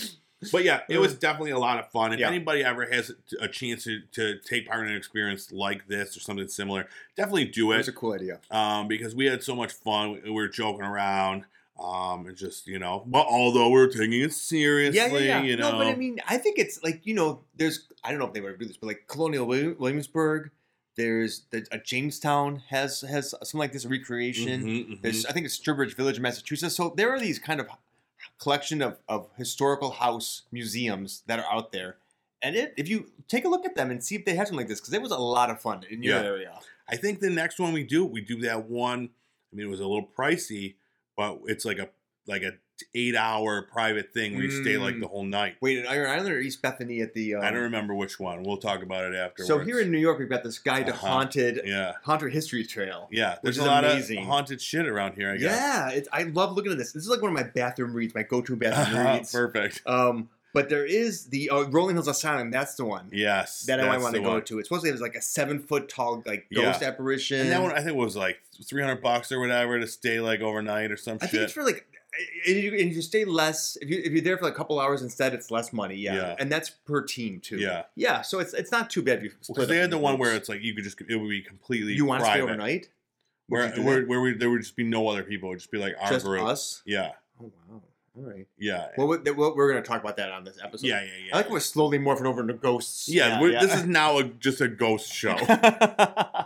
Speaker 1: but yeah, it was definitely a lot of fun. If
Speaker 2: Yeah.
Speaker 1: anybody ever has a chance to, to take part in an experience like this or something similar, definitely do
Speaker 2: it
Speaker 1: it
Speaker 2: was a cool idea.
Speaker 1: um, because we had so much fun. We were joking around um, and just you know, but although we were taking it seriously,
Speaker 2: Yeah, yeah, yeah.
Speaker 1: you know,
Speaker 2: No, but I mean, I think it's like you know, there's I don't know if they would do this, but like Colonial William- Williamsburg, there's the, a Jamestown has has something like this recreation.
Speaker 1: Mhm, mhm.
Speaker 2: There's I think it's Sturbridge Village, Massachusetts. So there are these kind of collection of of historical house museums that are out there. And it, if you take a look at them and see if they have something like this, because it was a lot of fun in your
Speaker 1: Yeah.
Speaker 2: area.
Speaker 1: mm-hmm. I think the next one we do, we do that one. I mean, it was a little pricey, but it's like a like a eight hour private thing where you stay like
Speaker 2: Mm.
Speaker 1: the whole night.
Speaker 2: Wait, in Iron Island or East Bethany at the? Um,
Speaker 1: I don't remember which one. We'll talk about it afterwards.
Speaker 2: So here in New York, we've got this guide to
Speaker 1: Uh-huh.
Speaker 2: haunted
Speaker 1: yeah,
Speaker 2: haunted history trail.
Speaker 1: yeah, there's
Speaker 2: is
Speaker 1: a lot
Speaker 2: amazing.
Speaker 1: of haunted shit around here. I guess.
Speaker 2: Yeah, it's, I love looking at this. This is like one of my bathroom reads,
Speaker 1: <laughs>
Speaker 2: my go-to bathroom
Speaker 1: Uh-huh,
Speaker 2: reads.
Speaker 1: Perfect.
Speaker 2: Um, but there is the uh, Rolling Hills Asylum. That's the one
Speaker 1: Yes,
Speaker 2: that I
Speaker 1: that's
Speaker 2: want to
Speaker 1: the
Speaker 2: go
Speaker 1: one.
Speaker 2: to. It's supposed to be like a seven-foot-tall like
Speaker 1: Yeah.
Speaker 2: ghost apparition.
Speaker 1: And that one I think was like three hundred bucks or whatever to stay like overnight or some
Speaker 2: I think
Speaker 1: shit.
Speaker 2: it's for like, and you, and you stay less if you if you're there for like a couple hours instead. It's less money, yeah.
Speaker 1: Yeah.
Speaker 2: And that's per team too.
Speaker 1: Yeah.
Speaker 2: yeah. So it's it's not too bad. If you
Speaker 1: Well,
Speaker 2: split
Speaker 1: 'cause
Speaker 2: up
Speaker 1: they had
Speaker 2: into
Speaker 1: the one
Speaker 2: groups.
Speaker 1: where it's like you could just it would be completely
Speaker 2: you want to stay
Speaker 1: private,
Speaker 2: overnight. Would
Speaker 1: where
Speaker 2: you do
Speaker 1: where,
Speaker 2: that?
Speaker 1: where we, there would just be no other people. It would just be like our
Speaker 2: just
Speaker 1: group.
Speaker 2: us.
Speaker 1: Yeah,
Speaker 2: Oh wow. All right.
Speaker 1: yeah,
Speaker 2: Well, we, well, we're going to talk about that on this episode.
Speaker 1: yeah, yeah, yeah.
Speaker 2: I like we're slowly morphing over into ghosts.
Speaker 1: yeah, we're, this
Speaker 2: <laughs>
Speaker 1: is now a, just a ghost show.
Speaker 2: I,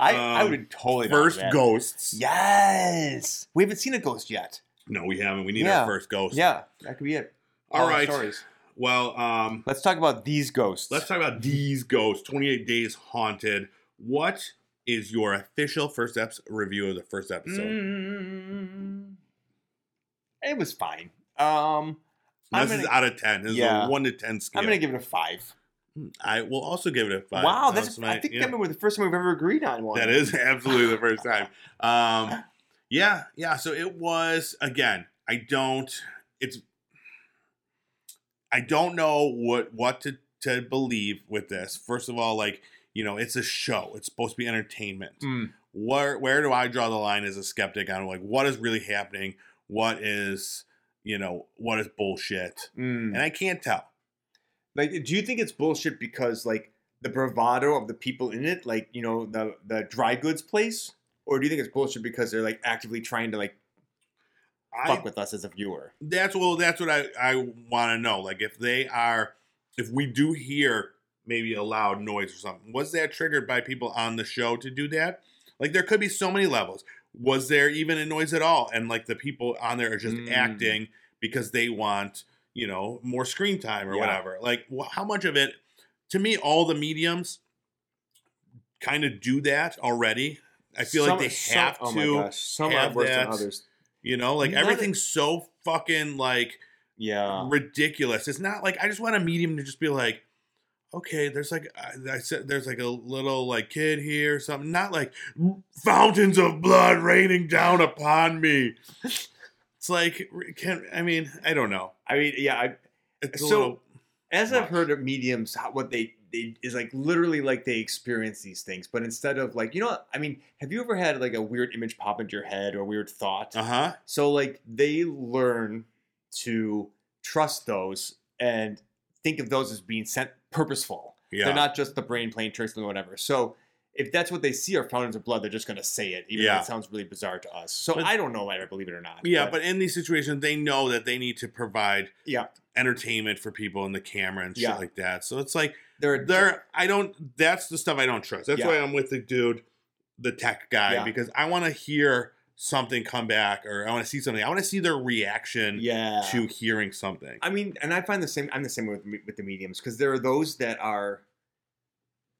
Speaker 2: I
Speaker 1: Um,
Speaker 2: would totally down
Speaker 1: first
Speaker 2: with that.
Speaker 1: ghosts.
Speaker 2: Yes, we haven't seen a ghost yet.
Speaker 1: No, we haven't. We need
Speaker 2: Yeah.
Speaker 1: our first ghost.
Speaker 2: Yeah, that could be it.
Speaker 1: All
Speaker 2: All
Speaker 1: right.
Speaker 2: stories.
Speaker 1: Well, um,
Speaker 2: Let's talk about these ghosts.
Speaker 1: let's talk about these ghosts. Twenty Eight Days Haunted. What is your official first eps review of the first episode?
Speaker 2: Mm, it was fine. Um, I'm
Speaker 1: this is
Speaker 2: gonna-
Speaker 1: out of ten. This is
Speaker 2: Yeah.
Speaker 1: a one to ten scale.
Speaker 2: I'm gonna give it a five.
Speaker 1: I will also give it a five.
Speaker 2: wow,
Speaker 1: That
Speaker 2: that's
Speaker 1: was
Speaker 2: I
Speaker 1: my-
Speaker 2: think
Speaker 1: yeah.
Speaker 2: that was the first time we've ever agreed on one.
Speaker 1: That is <laughs> absolutely the first
Speaker 2: <laughs>
Speaker 1: time. Um, yeah, yeah. So it was again. I don't. It's. I don't know what what to to believe with this. First of all, like you know, it's a show. It's supposed to be entertainment.
Speaker 2: Mm.
Speaker 1: Where where do I draw the line as a skeptic on like what is really happening? What is you know what is bullshit?
Speaker 2: Mm.
Speaker 1: And I can't tell.
Speaker 2: Like, do you think it's bullshit because like the bravado of the people in it, like you know the the dry goods place, or do you think it's bullshit because they're like actively trying to like
Speaker 1: I
Speaker 2: fuck with us as a viewer?
Speaker 1: that's well that's what i i want to know like if they are if we do hear maybe a loud noise or something was that triggered by people on the show to do that like there could be so many levels was there even a noise at all and like the people on there are just
Speaker 2: Mm.
Speaker 1: acting because they want you know more screen time or
Speaker 2: Yeah.
Speaker 1: whatever like wh- how much of it to me all the mediums kind of do that already i feel
Speaker 2: Some-
Speaker 1: like they
Speaker 2: some-
Speaker 1: have
Speaker 2: oh my
Speaker 1: to
Speaker 2: gosh, some
Speaker 1: have
Speaker 2: are worse
Speaker 1: that.
Speaker 2: than others.
Speaker 1: you know like
Speaker 2: Not that-
Speaker 1: everything's so fucking like
Speaker 2: Yeah,
Speaker 1: ridiculous. It's not like I just want a medium to just be like, okay, there's like I, I said, there's like a little like kid here or something. Not like fountains of blood raining down upon me. It's like can I mean I don't know.
Speaker 2: I mean, yeah. I,
Speaker 1: It's a
Speaker 2: So-
Speaker 1: little
Speaker 2: as I've
Speaker 1: Right.
Speaker 2: heard of mediums, how, what they they is like literally like they experience these things, but instead of like you know, what? I mean, have you ever had like a weird image pop into your head or a weird thought?
Speaker 1: uh huh
Speaker 2: So like they learn to trust those and think of those as being sent purposeful.
Speaker 1: yeah
Speaker 2: They're not just the brain playing tricks and whatever. So if that's what they see are fountains of blood, they're just gonna say it, even
Speaker 1: Yeah.
Speaker 2: if it sounds really bizarre to us. So
Speaker 1: But-
Speaker 2: I don't know whether I believe it or not.
Speaker 1: yeah. But in these situations, they know that they need to provide
Speaker 2: Yeah.
Speaker 1: entertainment for people in the camera and shit
Speaker 2: Yeah.
Speaker 1: like that. So it's like.
Speaker 2: they're
Speaker 1: There, I don't. That's the stuff I don't trust. That's
Speaker 2: Yeah.
Speaker 1: why I'm with the dude, the tech guy,
Speaker 2: Yeah.
Speaker 1: because I want to hear something come back, or I want to see something. I want to see their reaction
Speaker 2: yeah.
Speaker 1: to hearing something.
Speaker 2: I mean, and I find the same. I'm the same way with me- with the mediums because there are those that are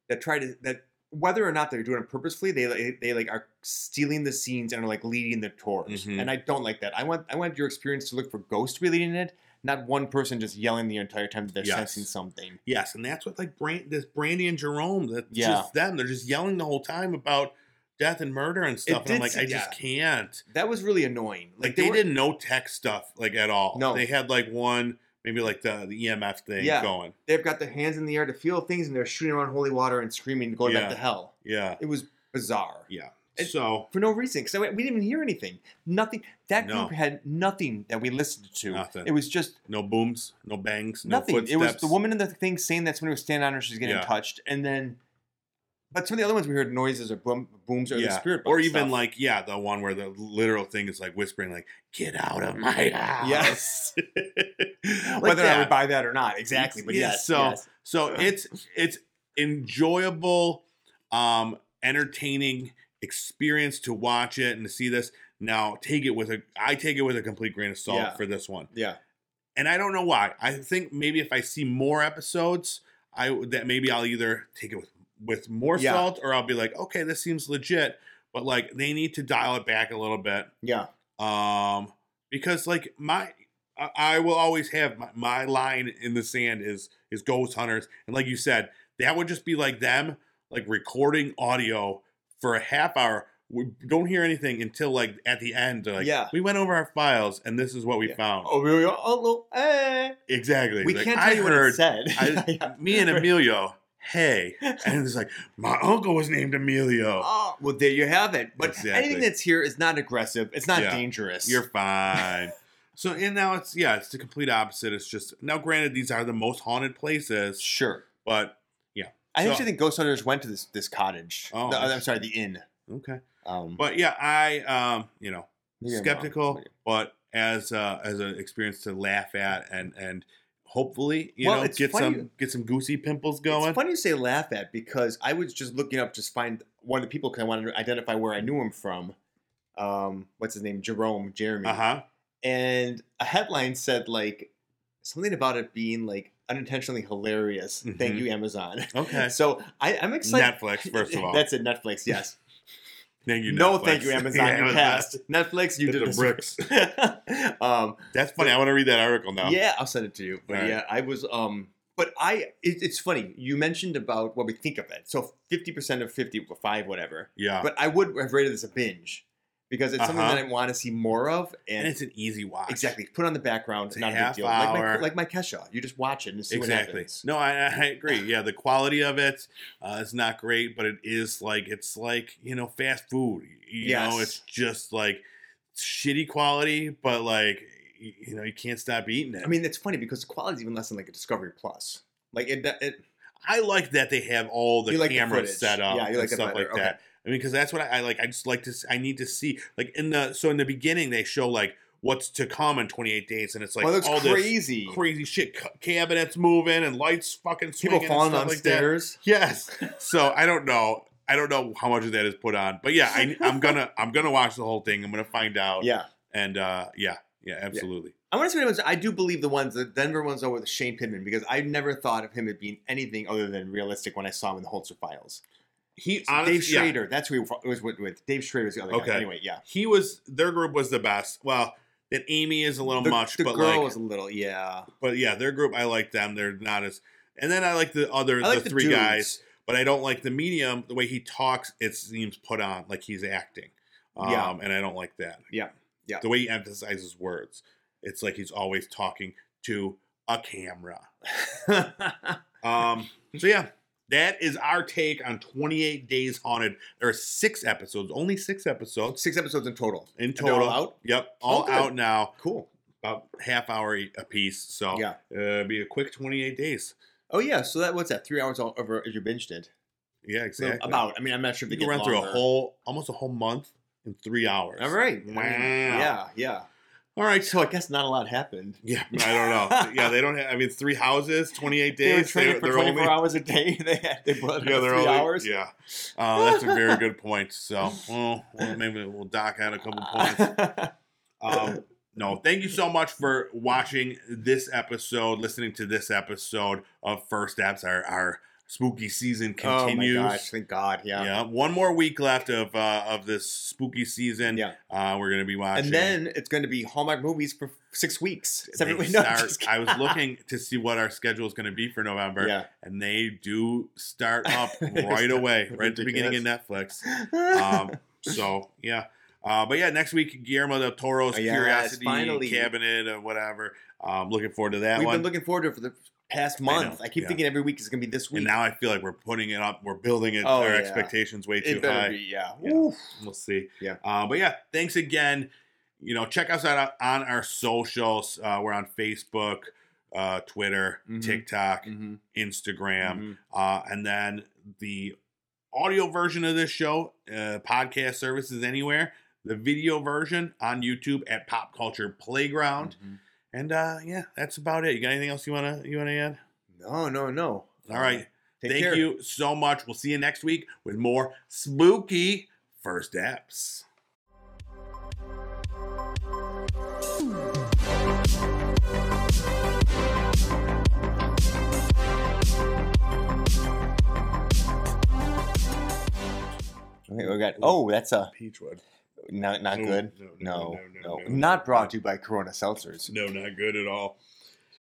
Speaker 2: that try to that whether or not they're doing it purposefully, they like- they like are stealing the scenes and are like leading the tours,
Speaker 1: Mhm.
Speaker 2: and I don't like that. I want I want your experience to look for ghosts really in it, not one person just yelling the entire time that they're
Speaker 1: Yes.
Speaker 2: sensing something.
Speaker 1: Yes, and that's what like Brand, this Brandy and Jerome. That's
Speaker 2: Yeah.
Speaker 1: just them. They're just yelling the whole time about death and murder and stuff. and
Speaker 2: It
Speaker 1: I'm
Speaker 2: did
Speaker 1: like,
Speaker 2: se-
Speaker 1: I just
Speaker 2: yeah.
Speaker 1: can't.
Speaker 2: That was really annoying.
Speaker 1: Like,
Speaker 2: they
Speaker 1: they,
Speaker 2: were-
Speaker 1: didn't know tech stuff like at all.
Speaker 2: No.
Speaker 1: they had like one maybe like the, the EMF thing
Speaker 2: Yeah.
Speaker 1: going.
Speaker 2: They've got their hands in the air to feel things, and they're shooting around holy water and screaming, going
Speaker 1: Yeah.
Speaker 2: back to hell.
Speaker 1: Yeah.
Speaker 2: It was bizarre It-
Speaker 1: so
Speaker 2: for no reason because we we didn't even hear anything. Nothing. That
Speaker 1: No.
Speaker 2: group had nothing that we listened to.
Speaker 1: Nothing.
Speaker 2: It was just
Speaker 1: no booms, no bangs, no
Speaker 2: nothing.
Speaker 1: footsteps.
Speaker 2: It was the woman in the thing saying that's when we were standing on her, she's getting
Speaker 1: Yeah.
Speaker 2: touched, and then. But some of the other ones we heard noises or boom, booms or the
Speaker 1: Yeah.
Speaker 2: spirit box
Speaker 1: Or even
Speaker 2: stuff.
Speaker 1: like yeah, the one where the literal thing is like whispering like "Get out of my house."
Speaker 2: yes,
Speaker 1: Like
Speaker 2: whether I
Speaker 1: that.
Speaker 2: would buy that or not, exactly. But
Speaker 1: Yeah,
Speaker 2: yes,
Speaker 1: so-
Speaker 2: yes.
Speaker 1: So it's it's enjoyable, um, entertaining experience to watch it and to see this. Now take it with a I take it with a complete grain of salt
Speaker 2: Yeah.
Speaker 1: for this one,
Speaker 2: yeah,
Speaker 1: and I don't know why. I think maybe if I see more episodes, I that maybe I'll either take it with with more
Speaker 2: Yeah.
Speaker 1: salt or I'll be like, okay, this seems legit, but like they need to dial it back a little bit
Speaker 2: yeah,
Speaker 1: um because like my I- I will always have my, my line in the sand is is ghost hunters and like you said that would just be like them like recording audio for a half hour we don't hear anything until like at the end they're like
Speaker 2: Yeah.
Speaker 1: we went over our files and this is what we
Speaker 2: Yeah.
Speaker 1: found
Speaker 2: Oh, we, were, oh, no, eh.
Speaker 1: exactly
Speaker 2: we
Speaker 1: Like,
Speaker 2: can't tell you what it said. <laughs>
Speaker 1: I- me and Emilio hey and it's like my uncle was named Emilio
Speaker 2: Oh, well, there you have it. But
Speaker 1: Exactly.
Speaker 2: anything that's here is not aggressive. It's not
Speaker 1: Yeah.
Speaker 2: dangerous.
Speaker 1: You're fine. so and now it's yeah, it's the complete opposite. It's just now granted these are the most haunted places,
Speaker 2: sure.
Speaker 1: but
Speaker 2: I
Speaker 1: So-
Speaker 2: actually think ghost hunters went to this this cottage.
Speaker 1: Oh,
Speaker 2: The- uh,
Speaker 1: I-
Speaker 2: I'm sorry, the inn.
Speaker 1: okay.
Speaker 2: Um,
Speaker 1: But yeah, I um, you know,
Speaker 2: maybe I'm wrong.
Speaker 1: skeptical, but as uh as an experience to laugh at and and hopefully, you
Speaker 2: Well,
Speaker 1: know,
Speaker 2: it's
Speaker 1: get
Speaker 2: funny-
Speaker 1: some get some goosey pimples going.
Speaker 2: It's funny you say laugh at because I was just looking up, just find one of the people because I wanted to identify where I knew him from. Um, what's his name? Jerome, Jeremy.
Speaker 1: Uh-huh.
Speaker 2: And a headline said like something about it being like unintentionally hilarious. Thank
Speaker 1: Mhm.
Speaker 2: you, Amazon.
Speaker 1: Okay.
Speaker 2: <laughs> So I, I'm excited. <laughs>
Speaker 1: Netflix, first of all.
Speaker 2: That's it, Netflix, yes.
Speaker 1: thank <laughs> you,
Speaker 2: no,
Speaker 1: Netflix.
Speaker 2: thank you,
Speaker 1: <laughs>
Speaker 2: Amazon.
Speaker 1: Yeah,
Speaker 2: you
Speaker 1: Amazon.
Speaker 2: passed. Netflix, you
Speaker 1: Hit
Speaker 2: did <laughs>
Speaker 1: the
Speaker 2: us-
Speaker 1: bricks.
Speaker 2: <laughs> um,
Speaker 1: That's funny. I want to read that article now.
Speaker 2: Yeah, I'll send it to you. But
Speaker 1: All right.
Speaker 2: yeah, I was. um But I, it, it's funny. You mentioned about what we think of it. So fifty percent of fifty, or five, whatever.
Speaker 1: Yeah.
Speaker 2: But I would have rated this a binge because it's something
Speaker 1: Uh-huh.
Speaker 2: that I want to see more of,
Speaker 1: and
Speaker 2: and,
Speaker 1: it's an easy watch.
Speaker 2: exactly put on the background.
Speaker 1: It's a
Speaker 2: not a big
Speaker 1: half
Speaker 2: deal. Like my,
Speaker 1: hour.
Speaker 2: like my Kesha, you just watch it and see what
Speaker 1: exactly.
Speaker 2: happens.
Speaker 1: No, I, I agree. Yeah, the quality of it uh, is not great, but it is like it's like you know fast food. You know,
Speaker 2: Yes.
Speaker 1: it's just like shitty quality, but like y- you know you can't stop eating it.
Speaker 2: I mean, it's funny because the quality's even less than like a Discovery Plus. Like it, that- it
Speaker 1: I like that they have all the
Speaker 2: You like the
Speaker 1: cameras
Speaker 2: footage.
Speaker 1: set up
Speaker 2: Yeah, you
Speaker 1: and
Speaker 2: like it
Speaker 1: stuff
Speaker 2: better.
Speaker 1: like that.
Speaker 2: Okay.
Speaker 1: I mean, because that's what I, I like. I just like to. s- I need to see like in the so in the beginning they show like what's to come in 28 days, and it's like
Speaker 2: well, it looks
Speaker 1: all
Speaker 2: crazy.
Speaker 1: this crazy shit, ca- cabinets moving and lights fucking swinging
Speaker 2: People falling
Speaker 1: and stuff
Speaker 2: on
Speaker 1: like that.
Speaker 2: stairs. <laughs>
Speaker 1: Yes. So I don't know. I don't know how much of that is put on, but yeah, I, I'm
Speaker 2: <laughs>
Speaker 1: gonna I'm gonna watch the whole thing. I'm gonna find out.
Speaker 2: Yeah.
Speaker 1: And uh, yeah, yeah, absolutely.
Speaker 2: I want to see what it was. I do believe the ones, the Denver ones are with Shane Pittman because I never thought of him as being anything other than realistic when I saw him in the Holzer Files.
Speaker 1: He
Speaker 2: So
Speaker 1: honestly,
Speaker 2: Dave Schrader, that's who he wa- was with. with. Dave Schrader was the other
Speaker 1: Okay.
Speaker 2: guy. Anyway, yeah.
Speaker 1: he was their group was the best. Well, that Amy is a little
Speaker 2: The,
Speaker 1: much,
Speaker 2: the
Speaker 1: but
Speaker 2: girl
Speaker 1: like,
Speaker 2: was a little, yeah.
Speaker 1: but yeah, their group I like them. They're not as, and then I like the other
Speaker 2: I like
Speaker 1: the, three
Speaker 2: dudes.
Speaker 1: guys, but I don't like the medium. The way he talks, it seems put on like he's acting. Um,
Speaker 2: Yeah.
Speaker 1: and I don't like that.
Speaker 2: Yeah. Yeah.
Speaker 1: The way he emphasizes words, it's like he's always talking to a camera. Um, so yeah, that is our take on 28 Days Haunted. There are six episodes, only six episodes
Speaker 2: <laughs> Six episodes in total.
Speaker 1: in
Speaker 2: And they're all
Speaker 1: total.
Speaker 2: out? Oh,
Speaker 1: Yep, all
Speaker 2: good.
Speaker 1: out now,
Speaker 2: Cool.
Speaker 1: about half hour e- a piece. So
Speaker 2: Yeah.
Speaker 1: uh, it'll be a quick 28 days.
Speaker 2: Oh, yeah. So that, what's that? Three hours all over if you binged it.
Speaker 1: Yeah,
Speaker 2: So
Speaker 1: exactly.
Speaker 2: About. I mean, I'm not sure if
Speaker 1: you
Speaker 2: they
Speaker 1: can
Speaker 2: get
Speaker 1: run through a
Speaker 2: longer.
Speaker 1: whole, almost a whole month in three hours.
Speaker 2: All right. I mean,
Speaker 1: Wow.
Speaker 2: Yeah, yeah.
Speaker 1: All right. So
Speaker 2: So I guess not a lot happened.
Speaker 1: yeah, I don't know.
Speaker 2: <laughs>
Speaker 1: yeah, they don't have. I mean, three houses, 28
Speaker 2: They were
Speaker 1: days.
Speaker 2: training for
Speaker 1: they're
Speaker 2: 24 hours a day. <laughs> They had, they brought it
Speaker 1: yeah,
Speaker 2: up
Speaker 1: they're
Speaker 2: three
Speaker 1: only,
Speaker 2: hours. <laughs>
Speaker 1: Yeah, uh, that's a very good point. So, well, well, maybe we'll dock out a couple
Speaker 2: Oh
Speaker 1: points. Um, no, thank you so much for watching this episode, listening to this episode of First Steps, our our spooky season continues.
Speaker 2: Oh my gosh, thank God.
Speaker 1: yeah.
Speaker 2: Yeah.
Speaker 1: one more week left of uh, of this spooky season.
Speaker 2: Yeah.
Speaker 1: uh, we're gonna be watching.
Speaker 2: And then it's going to be Hallmark movies for six weeks.
Speaker 1: They
Speaker 2: Seven weeks. <laughs> No,
Speaker 1: start-
Speaker 2: just kidding.
Speaker 1: I was looking to see what our schedule is going to be for November,
Speaker 2: yeah.
Speaker 1: and they do start
Speaker 2: <laughs>
Speaker 1: up
Speaker 2: They
Speaker 1: right
Speaker 2: start-
Speaker 1: away, right at the beginning of Netflix.
Speaker 2: <laughs>
Speaker 1: Um, so yeah, uh, but yeah, next week Guillermo del Toro's
Speaker 2: Oh, yes,
Speaker 1: Curiosity
Speaker 2: finally.
Speaker 1: Cabinet or whatever. Um, looking forward to that
Speaker 2: We've
Speaker 1: one.
Speaker 2: been looking forward to it for the past
Speaker 1: know,
Speaker 2: month. I, keep
Speaker 1: yeah.
Speaker 2: thinking every week is going to be this week.
Speaker 1: and now I feel like we're putting it up. We're building it.
Speaker 2: Oh,
Speaker 1: our
Speaker 2: yeah.
Speaker 1: expectations way too
Speaker 2: it better
Speaker 1: high.
Speaker 2: be, yeah.
Speaker 1: Yeah.
Speaker 2: Oof.
Speaker 1: We'll see.
Speaker 2: Yeah.
Speaker 1: Uh, but yeah, thanks again. You know, check us out on our socials. Uh, we're on Facebook, uh, Twitter,
Speaker 2: Mhm.
Speaker 1: TikTok,
Speaker 2: Mhm.
Speaker 1: Instagram.
Speaker 2: Mhm.
Speaker 1: Uh, and then the audio version of this show, uh, podcast services anywhere. The video version on YouTube at Pop Culture Playground.
Speaker 2: Mhm.
Speaker 1: And uh, yeah, that's about it. You got anything else you wanna you wanna add?
Speaker 2: No, no, no.
Speaker 1: All right.
Speaker 2: Take
Speaker 1: Thank
Speaker 2: care.
Speaker 1: you so much. We'll see you next week with more spooky first apps.
Speaker 2: Okay, we got. Oh, that's a
Speaker 1: Peachwood.
Speaker 2: not not
Speaker 1: No,
Speaker 2: good.
Speaker 1: no,
Speaker 2: No,
Speaker 1: no,
Speaker 2: no,
Speaker 1: no, no, no.
Speaker 2: not brought to you by Corona Seltzers.
Speaker 1: No, not good at all.